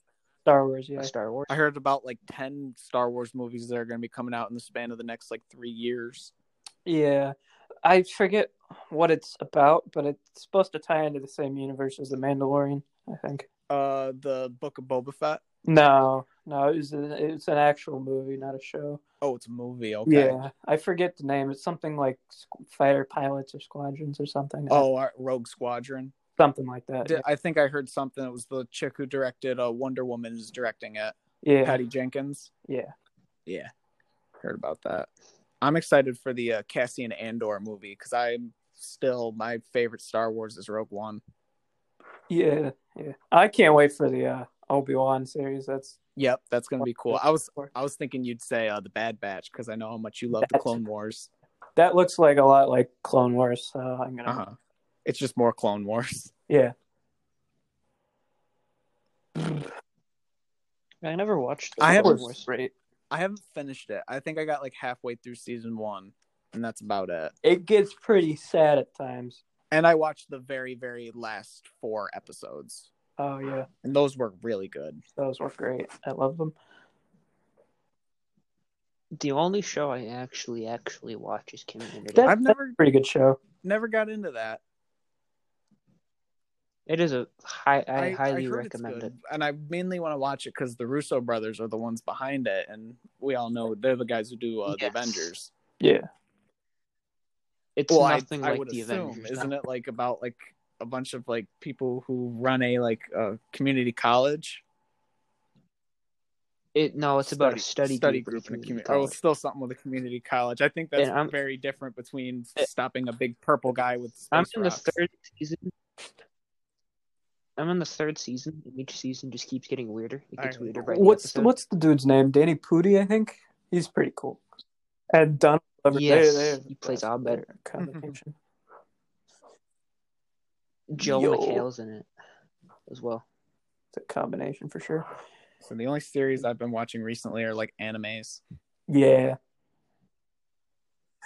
[SPEAKER 2] Star Wars,
[SPEAKER 1] into
[SPEAKER 2] yeah.
[SPEAKER 1] Star Wars.
[SPEAKER 3] i heard about like 10 star wars movies that are gonna be coming out in the span of the next like three years
[SPEAKER 2] Yeah. I forget what it's about, but it's supposed to tie into the same universe as The Mandalorian, I think.
[SPEAKER 3] uh the book of boba fett
[SPEAKER 2] No, no, it was an, it's an actual movie, not a show.
[SPEAKER 3] oh it's a movie okay
[SPEAKER 2] Yeah, I forget the name. It's something like Squ- Fighter Pilots or Squadrons or something.
[SPEAKER 3] oh our rogue squadron
[SPEAKER 2] something like that.
[SPEAKER 3] Di- I think I heard something. It was the chick who directed uh, Wonder Woman is directing it.
[SPEAKER 2] yeah,
[SPEAKER 3] Patty Jenkins.
[SPEAKER 2] yeah.
[SPEAKER 3] Yeah, heard about that. I'm excited for the uh, Cassian Andor movie because I'm still my favorite Star Wars is Rogue One.
[SPEAKER 2] yeah, yeah. I can't wait for the uh, Obi Wan series. That's
[SPEAKER 3] Yep, that's gonna be cool. I was I was thinking you'd say uh, the Bad Batch because I know how much you love the
[SPEAKER 2] That's-
[SPEAKER 3] Clone Wars.
[SPEAKER 2] that looks like a lot like Clone Wars. So I'm gonna
[SPEAKER 3] Uh huh. It's just more Clone Wars.
[SPEAKER 2] yeah.
[SPEAKER 1] I never watched.
[SPEAKER 3] I have
[SPEAKER 1] Star
[SPEAKER 3] a-
[SPEAKER 1] Wars.
[SPEAKER 2] Great.
[SPEAKER 3] I haven't finished it. I think I got like halfway through season one, and that's about it.
[SPEAKER 2] It gets pretty sad at times.
[SPEAKER 3] And I watched the very very last four episodes,
[SPEAKER 2] Oh yeah,
[SPEAKER 3] and those were really good.
[SPEAKER 2] those were great. I love them.
[SPEAKER 1] The only show I actually actually watch is Community.
[SPEAKER 2] That-
[SPEAKER 3] I've never
[SPEAKER 2] Pretty good show.
[SPEAKER 3] never got into that.
[SPEAKER 1] it is a high. I, highly
[SPEAKER 3] heard it's
[SPEAKER 1] recommend it.
[SPEAKER 3] good, and I mainly want to watch it because the Russo brothers are the ones behind it, and we all know they're the guys who do uh, the
[SPEAKER 1] Yes.
[SPEAKER 3] Avengers.
[SPEAKER 2] Yeah,
[SPEAKER 1] It's
[SPEAKER 3] Well, I,
[SPEAKER 1] nothing
[SPEAKER 3] I
[SPEAKER 1] like
[SPEAKER 3] would
[SPEAKER 1] the
[SPEAKER 3] assume,
[SPEAKER 1] Avengers.
[SPEAKER 3] isn't it? Like about like a bunch of like people who run a like uh, community college
[SPEAKER 1] It no, Oh, it's about a study,
[SPEAKER 3] group in a community. Oh, it's
[SPEAKER 1] college.
[SPEAKER 3] still something with a community college. I think that's
[SPEAKER 1] And I'm-
[SPEAKER 3] very different between
[SPEAKER 1] Eh.
[SPEAKER 3] stopping a big purple guy with. Space
[SPEAKER 1] I'm in the
[SPEAKER 3] rocks.
[SPEAKER 1] third season. I'm on the third season, and each season just keeps getting weirder. It gets
[SPEAKER 3] Alright.
[SPEAKER 1] weirder by the
[SPEAKER 2] What's
[SPEAKER 1] episode.
[SPEAKER 2] what's the dude's name? Danny Pudi, I think. He's pretty cool. And Donald Glover.
[SPEAKER 1] Yes,
[SPEAKER 2] they're- they're
[SPEAKER 1] he plays
[SPEAKER 2] the best
[SPEAKER 1] Abed.
[SPEAKER 2] combination.
[SPEAKER 1] Joe
[SPEAKER 2] Yo.
[SPEAKER 1] McHale's in it as well.
[SPEAKER 2] It's a combination for sure.
[SPEAKER 3] So the only series I've been watching recently are like animes.
[SPEAKER 2] Yeah,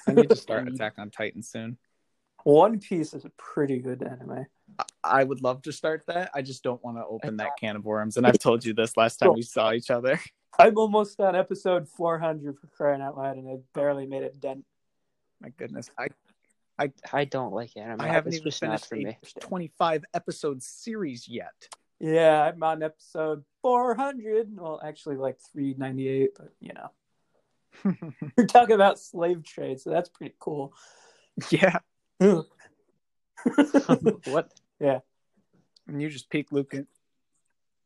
[SPEAKER 3] I need to start Attack on Titan soon.
[SPEAKER 2] One Piece is a pretty good anime.
[SPEAKER 3] I would love to start that. I just don't want to open that can of worms. And I've told you this last time we saw each other.
[SPEAKER 2] I'm almost on episode 400 for crying out loud, and I barely made a dent.
[SPEAKER 3] My goodness, I
[SPEAKER 1] I don't like anime.
[SPEAKER 3] I haven't
[SPEAKER 1] it's
[SPEAKER 3] even
[SPEAKER 1] just not
[SPEAKER 3] finished
[SPEAKER 1] for
[SPEAKER 3] the
[SPEAKER 1] me.
[SPEAKER 3] twenty-five episode series yet.
[SPEAKER 2] Yeah, I'm on episode 400. Well, actually, like 398, but you know, we're talking about slave trade, so that's pretty cool.
[SPEAKER 3] yeah,
[SPEAKER 1] what?
[SPEAKER 3] and you just peak Luke. in-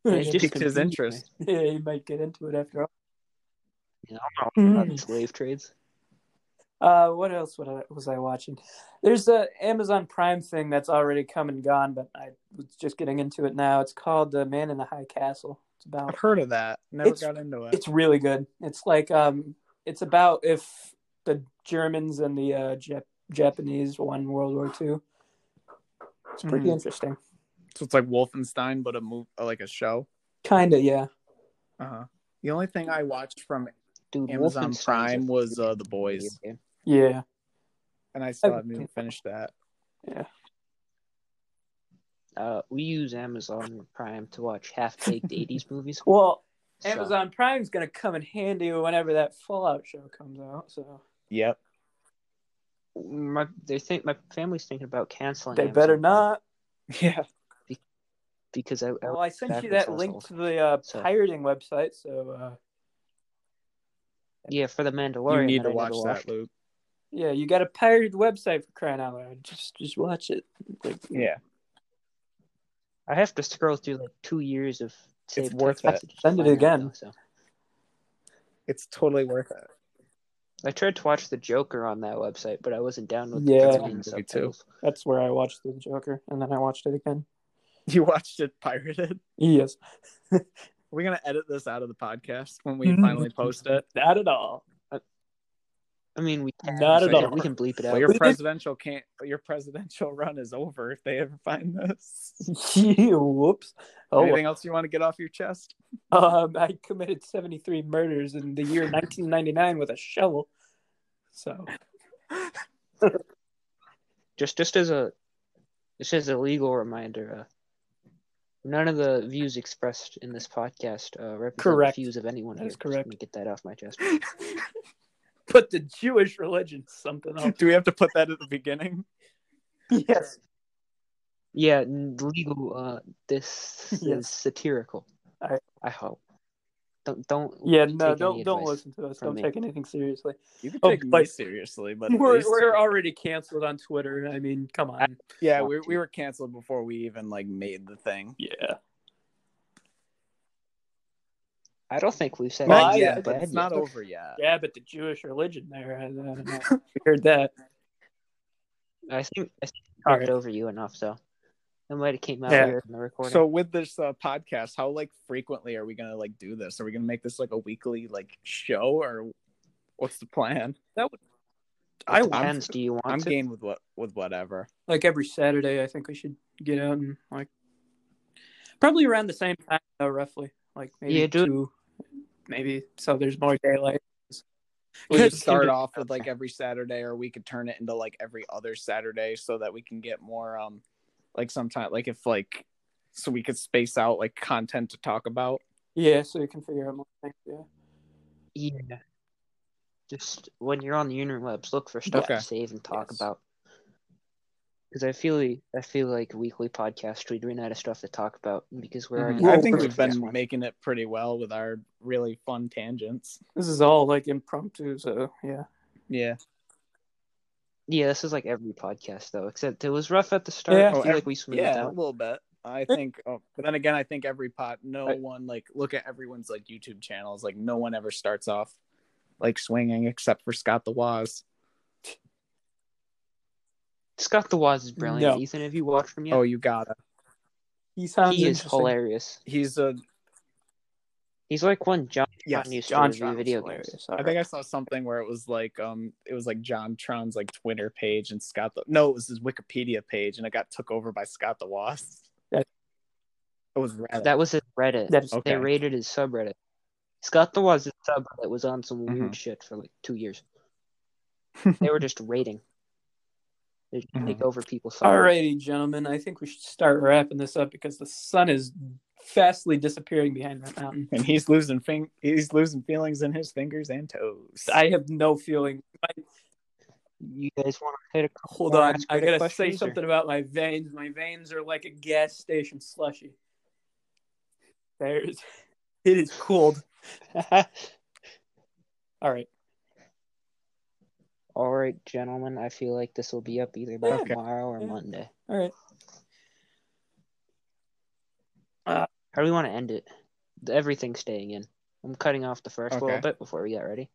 [SPEAKER 1] It
[SPEAKER 2] yeah,
[SPEAKER 1] just
[SPEAKER 3] piqued his
[SPEAKER 1] confused me.
[SPEAKER 3] interest.
[SPEAKER 2] you might get into it after all.
[SPEAKER 1] You know, about slave trades.
[SPEAKER 2] Uh, what else would I, was I watching? There's a Amazon Prime thing that's already come and gone, but I was just getting into it now. It's called The Man in the High Castle. It's about
[SPEAKER 3] I've heard of that. Never
[SPEAKER 2] It's-
[SPEAKER 3] got into it.
[SPEAKER 2] it's really good. It's like um, it's about if the Germans and the uh, Jap- Japanese won World War II. It's pretty
[SPEAKER 3] Mhm.
[SPEAKER 2] interesting.
[SPEAKER 3] So it's like Wolfenstein, but a move like a show.
[SPEAKER 2] Kinda, yeah.
[SPEAKER 3] Uh huh. The only thing I watched from
[SPEAKER 1] Dude,
[SPEAKER 3] Amazon
[SPEAKER 1] Wolfenstein's
[SPEAKER 3] Prime
[SPEAKER 1] a
[SPEAKER 3] was
[SPEAKER 1] freaking
[SPEAKER 3] uh, The Boys,
[SPEAKER 1] video game.
[SPEAKER 2] Yeah.
[SPEAKER 3] and I still
[SPEAKER 2] I-
[SPEAKER 3] haven't even finished that.
[SPEAKER 1] Uh, we use Amazon Prime to watch half-baked '80s movies.
[SPEAKER 2] Well,
[SPEAKER 1] so-
[SPEAKER 2] Amazon Prime's gonna come in handy whenever that Fallout show comes out. So
[SPEAKER 3] Yep.
[SPEAKER 1] my they think my family's thinking about canceling.
[SPEAKER 2] they
[SPEAKER 1] Amazon
[SPEAKER 2] better
[SPEAKER 1] Prime
[SPEAKER 2] not.
[SPEAKER 3] Yeah.
[SPEAKER 1] because I, I
[SPEAKER 2] Well, I sent you
[SPEAKER 1] backwards
[SPEAKER 2] that link
[SPEAKER 1] assholes.
[SPEAKER 2] to the uh,
[SPEAKER 1] So-
[SPEAKER 2] pirating website, so uh,
[SPEAKER 1] yeah for the Mandalorian.
[SPEAKER 3] You need
[SPEAKER 1] that
[SPEAKER 3] to
[SPEAKER 1] I never
[SPEAKER 3] watch that,
[SPEAKER 1] watched.
[SPEAKER 3] Luke.
[SPEAKER 2] yeah, you got a pirated website for crying out loud. Just just watch it. Like,
[SPEAKER 3] Yeah.
[SPEAKER 1] I have to scroll through like two years of. saved
[SPEAKER 3] worth
[SPEAKER 1] text
[SPEAKER 3] it.
[SPEAKER 1] messages to
[SPEAKER 2] Send it
[SPEAKER 1] find that,
[SPEAKER 2] again.
[SPEAKER 1] though, so.
[SPEAKER 3] It's totally worth it.
[SPEAKER 1] I tried to watch the Joker on that website, but I wasn't down with
[SPEAKER 2] Yeah.
[SPEAKER 1] the
[SPEAKER 3] Me
[SPEAKER 1] Canadian
[SPEAKER 3] too.
[SPEAKER 1] subtitles.
[SPEAKER 2] That's where I watched the Joker, and then I watched it again.
[SPEAKER 3] You watched it pirated.
[SPEAKER 2] Yes,
[SPEAKER 3] We're gonna edit this out of the podcast when we finally post it.
[SPEAKER 2] not at all.
[SPEAKER 1] I mean, we can,
[SPEAKER 2] Not
[SPEAKER 1] so
[SPEAKER 2] at all.
[SPEAKER 1] We can bleep it
[SPEAKER 3] Well,
[SPEAKER 1] out.
[SPEAKER 3] your presidential can't. Your presidential run is over if they ever find this.
[SPEAKER 2] Yeah, Whoops. Oh,
[SPEAKER 3] Anything else you want to get off your chest?
[SPEAKER 2] um, I committed seventy three murders in the year nineteen ninety nine with a shovel. So
[SPEAKER 1] Just, just as a, just as a legal reminder, uh, none of the views expressed in this podcast uh, represent
[SPEAKER 2] Correct.
[SPEAKER 1] the views of anyone
[SPEAKER 2] That
[SPEAKER 1] here.
[SPEAKER 2] is correct.
[SPEAKER 1] Just let me get that off my chest.
[SPEAKER 2] put the Jewish religion something else.
[SPEAKER 3] Do we have to put that at the beginning?
[SPEAKER 2] yes.
[SPEAKER 1] Yeah, n- legal. Uh, this
[SPEAKER 2] Yes.
[SPEAKER 1] is satirical.
[SPEAKER 2] I-
[SPEAKER 1] I hope. Don't don't.
[SPEAKER 2] Yeah.
[SPEAKER 1] take
[SPEAKER 2] No.
[SPEAKER 1] any
[SPEAKER 2] Don't don't
[SPEAKER 1] advice.
[SPEAKER 2] listen to us.
[SPEAKER 1] from
[SPEAKER 2] Don't
[SPEAKER 1] me.
[SPEAKER 2] take anything seriously.
[SPEAKER 3] You can
[SPEAKER 2] Oh,
[SPEAKER 3] take me
[SPEAKER 2] but-
[SPEAKER 3] seriously, but at
[SPEAKER 2] We're
[SPEAKER 3] least-
[SPEAKER 2] we're already canceled on Twitter. I mean, come on.
[SPEAKER 3] yeah, we, we were canceled before we even like made the thing.
[SPEAKER 2] Yeah.
[SPEAKER 1] I don't think we've said
[SPEAKER 2] Well, I-
[SPEAKER 3] Not
[SPEAKER 1] anything
[SPEAKER 3] yet,
[SPEAKER 2] yeah,
[SPEAKER 1] bad
[SPEAKER 3] it's
[SPEAKER 1] yet.
[SPEAKER 3] not over yet.
[SPEAKER 2] Yeah, but the Jewish religion there. I, I don't know. We heard that.
[SPEAKER 1] I think I think we
[SPEAKER 2] All
[SPEAKER 1] talked
[SPEAKER 2] right.
[SPEAKER 1] over you enough, so that might have came out
[SPEAKER 2] Yeah.
[SPEAKER 1] weird in the recording.
[SPEAKER 3] So with this uh, podcast, how like frequently are we gonna like do this? Are we gonna make this like a weekly like show or what's the plan?
[SPEAKER 2] That would
[SPEAKER 1] I
[SPEAKER 3] I'm-
[SPEAKER 1] depends. Do you want
[SPEAKER 3] I'm
[SPEAKER 1] to?
[SPEAKER 3] game with what with whatever.
[SPEAKER 2] like every Saturday. I think we should get out and like probably around the same time, though, roughly. Like maybe
[SPEAKER 1] Yeah, do it-
[SPEAKER 2] two, maybe so. There's more daylight.
[SPEAKER 3] We
[SPEAKER 2] Good
[SPEAKER 3] could start
[SPEAKER 2] kid.
[SPEAKER 3] off with like every Saturday, or we could turn it into like every other Saturday, so that we can get more um like sometime like if like so we could space out like content to talk about.
[SPEAKER 2] Yeah, so you can figure out more things. Yeah.
[SPEAKER 1] Yeah. Just when you're on the interwebs, look for stuff
[SPEAKER 3] Okay.
[SPEAKER 1] to save and talk
[SPEAKER 2] Yes.
[SPEAKER 1] about. Because I feel I feel like weekly podcasts we run out of stuff to talk about because we're already
[SPEAKER 3] Mhm. I
[SPEAKER 2] Well,
[SPEAKER 3] think
[SPEAKER 2] for-
[SPEAKER 3] we've been making it pretty well with our really fun tangents.
[SPEAKER 2] This is all like impromptu. So yeah.
[SPEAKER 3] Yeah.
[SPEAKER 1] yeah. This is like every podcast though, except it was rough at the start.
[SPEAKER 2] Yeah.
[SPEAKER 1] I
[SPEAKER 3] Oh,
[SPEAKER 1] feel like we smoothed
[SPEAKER 3] Yeah, a
[SPEAKER 1] out.
[SPEAKER 3] little bit. I think, oh, but then again, I think every pot, no
[SPEAKER 2] Right.
[SPEAKER 3] one like look at everyone's like YouTube channels. Like no one ever starts off like swinging except for Scott the Waz.
[SPEAKER 1] Scott the Waz is brilliant.
[SPEAKER 2] No.
[SPEAKER 1] Ethan, have you watched him yet?
[SPEAKER 3] Oh, you Oh, gotta.
[SPEAKER 2] He sounds
[SPEAKER 1] he is
[SPEAKER 2] interesting.
[SPEAKER 1] hilarious.
[SPEAKER 3] He's a.
[SPEAKER 1] He's like one John
[SPEAKER 3] Yes,
[SPEAKER 1] Tron used to
[SPEAKER 2] John
[SPEAKER 1] review
[SPEAKER 2] Tron
[SPEAKER 1] video
[SPEAKER 2] hilarious.
[SPEAKER 1] games.
[SPEAKER 2] All
[SPEAKER 3] I think I saw something where it was like um it was like John Tron's like Twitter page and Scott the no it was his Wikipedia page and it got took over by Scott the Wasp.
[SPEAKER 2] That-
[SPEAKER 3] It was Reddit.
[SPEAKER 1] That was his Reddit.
[SPEAKER 2] That is-
[SPEAKER 1] They
[SPEAKER 3] Okay.
[SPEAKER 1] raided his subreddit. Scott the was his subreddit was on some weird
[SPEAKER 3] Mhm.
[SPEAKER 1] shit for like two years. they were just raiding. They just
[SPEAKER 3] Mhm.
[SPEAKER 1] take over people's subreddits.
[SPEAKER 2] Alrighty, gentlemen. I think we should start wrapping this up because the sun is fastly disappearing behind that mountain.
[SPEAKER 3] and he's losing fing- he's losing feelings in his fingers and toes.
[SPEAKER 2] I have no feeling. My,
[SPEAKER 1] You guys want to hit a couple
[SPEAKER 2] hold
[SPEAKER 1] more
[SPEAKER 2] on,
[SPEAKER 1] Ask
[SPEAKER 2] I
[SPEAKER 1] Reddit
[SPEAKER 2] gotta say
[SPEAKER 1] questions, or-
[SPEAKER 2] something about my veins. My veins are like a gas station slushy. There's, it is cooled. All right.
[SPEAKER 1] All right, gentlemen. I feel like this will be up either by
[SPEAKER 2] Yeah.
[SPEAKER 1] tomorrow or
[SPEAKER 2] Yeah.
[SPEAKER 1] Monday.
[SPEAKER 2] All right.
[SPEAKER 1] How do we want to end it? The- Everything's staying in. I'm cutting off the first
[SPEAKER 3] Okay.
[SPEAKER 1] little bit before we get ready.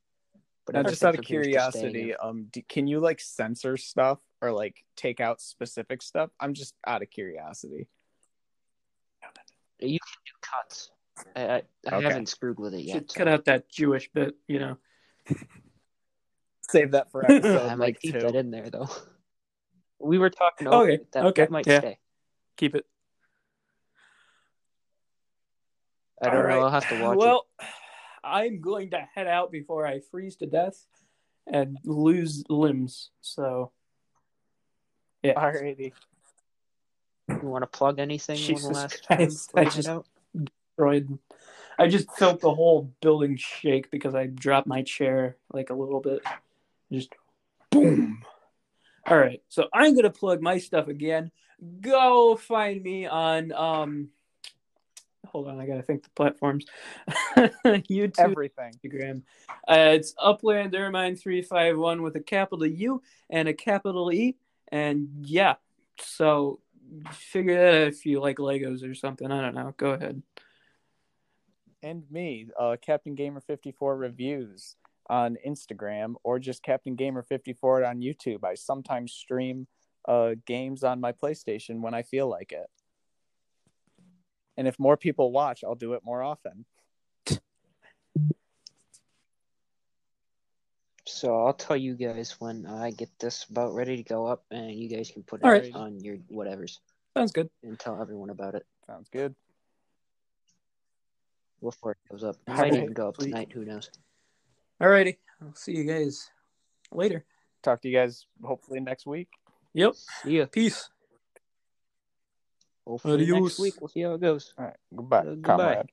[SPEAKER 1] But
[SPEAKER 3] Now, just out of
[SPEAKER 1] everything appears to stay in.
[SPEAKER 3] curiosity, um, do, can you like censor stuff or like take out specific stuff? I'm just out of curiosity.
[SPEAKER 1] you can do cuts. I I, I
[SPEAKER 3] Okay.
[SPEAKER 1] haven't screwed with it
[SPEAKER 2] Should
[SPEAKER 1] yet. so
[SPEAKER 2] cut out that Jewish bit, you know.
[SPEAKER 3] Save that for
[SPEAKER 1] I
[SPEAKER 3] episode
[SPEAKER 1] might
[SPEAKER 3] like
[SPEAKER 1] keep
[SPEAKER 3] two.
[SPEAKER 1] that in there though. We were talking. over
[SPEAKER 2] Okay,
[SPEAKER 1] it. That,
[SPEAKER 2] okay,
[SPEAKER 1] that might
[SPEAKER 2] yeah.
[SPEAKER 1] stay.
[SPEAKER 2] Keep it.
[SPEAKER 1] I don't
[SPEAKER 2] All
[SPEAKER 1] know.
[SPEAKER 2] right.
[SPEAKER 1] I'll have to watch
[SPEAKER 2] well, I'm going to head out before I freeze to death and lose limbs. So, yeah.
[SPEAKER 3] Alrighty.
[SPEAKER 1] it. You want to plug anything one
[SPEAKER 2] Jesus
[SPEAKER 1] last
[SPEAKER 2] Christ,
[SPEAKER 1] time? before
[SPEAKER 2] I
[SPEAKER 1] we head
[SPEAKER 2] just-
[SPEAKER 1] out?
[SPEAKER 2] Destroyed. I just felt the whole building shake because I dropped my chair like a little bit. Just boom. All right. So I'm going to plug my stuff again. Go find me on um hold on, I got to think the platforms. YouTube,
[SPEAKER 3] Everything.
[SPEAKER 2] Instagram. Uh, it's Upland Ermine three five one with a capital U and a capital E. And yeah, so figure that out if you like Legos or something. I don't know. Go ahead.
[SPEAKER 3] and me, uh, Captain Gamer 54 reviews on Instagram or just Captain Gamer 54 on YouTube. I sometimes stream uh, games on my PlayStation when I feel like it. And if more people watch, I'll do it more often.
[SPEAKER 1] So I'll tell you guys when I get this about ready to go up, and you guys can put it
[SPEAKER 2] All right.
[SPEAKER 1] on your whatevers
[SPEAKER 2] Sounds good.
[SPEAKER 1] and tell everyone about it
[SPEAKER 3] Sounds good.
[SPEAKER 1] before it goes up. It
[SPEAKER 2] All
[SPEAKER 1] might
[SPEAKER 2] right,
[SPEAKER 1] even go up
[SPEAKER 2] please.
[SPEAKER 1] tonight. Who knows?
[SPEAKER 2] Alrighty. I'll see you guys later.
[SPEAKER 3] Talk to you guys hopefully next week.
[SPEAKER 2] Yep.
[SPEAKER 1] See ya.
[SPEAKER 2] Peace.
[SPEAKER 1] Hopefully next
[SPEAKER 2] Adios.
[SPEAKER 1] week we'll see how it goes.
[SPEAKER 3] All right. Goodbye,
[SPEAKER 1] Uh, goodbye.
[SPEAKER 3] comrade.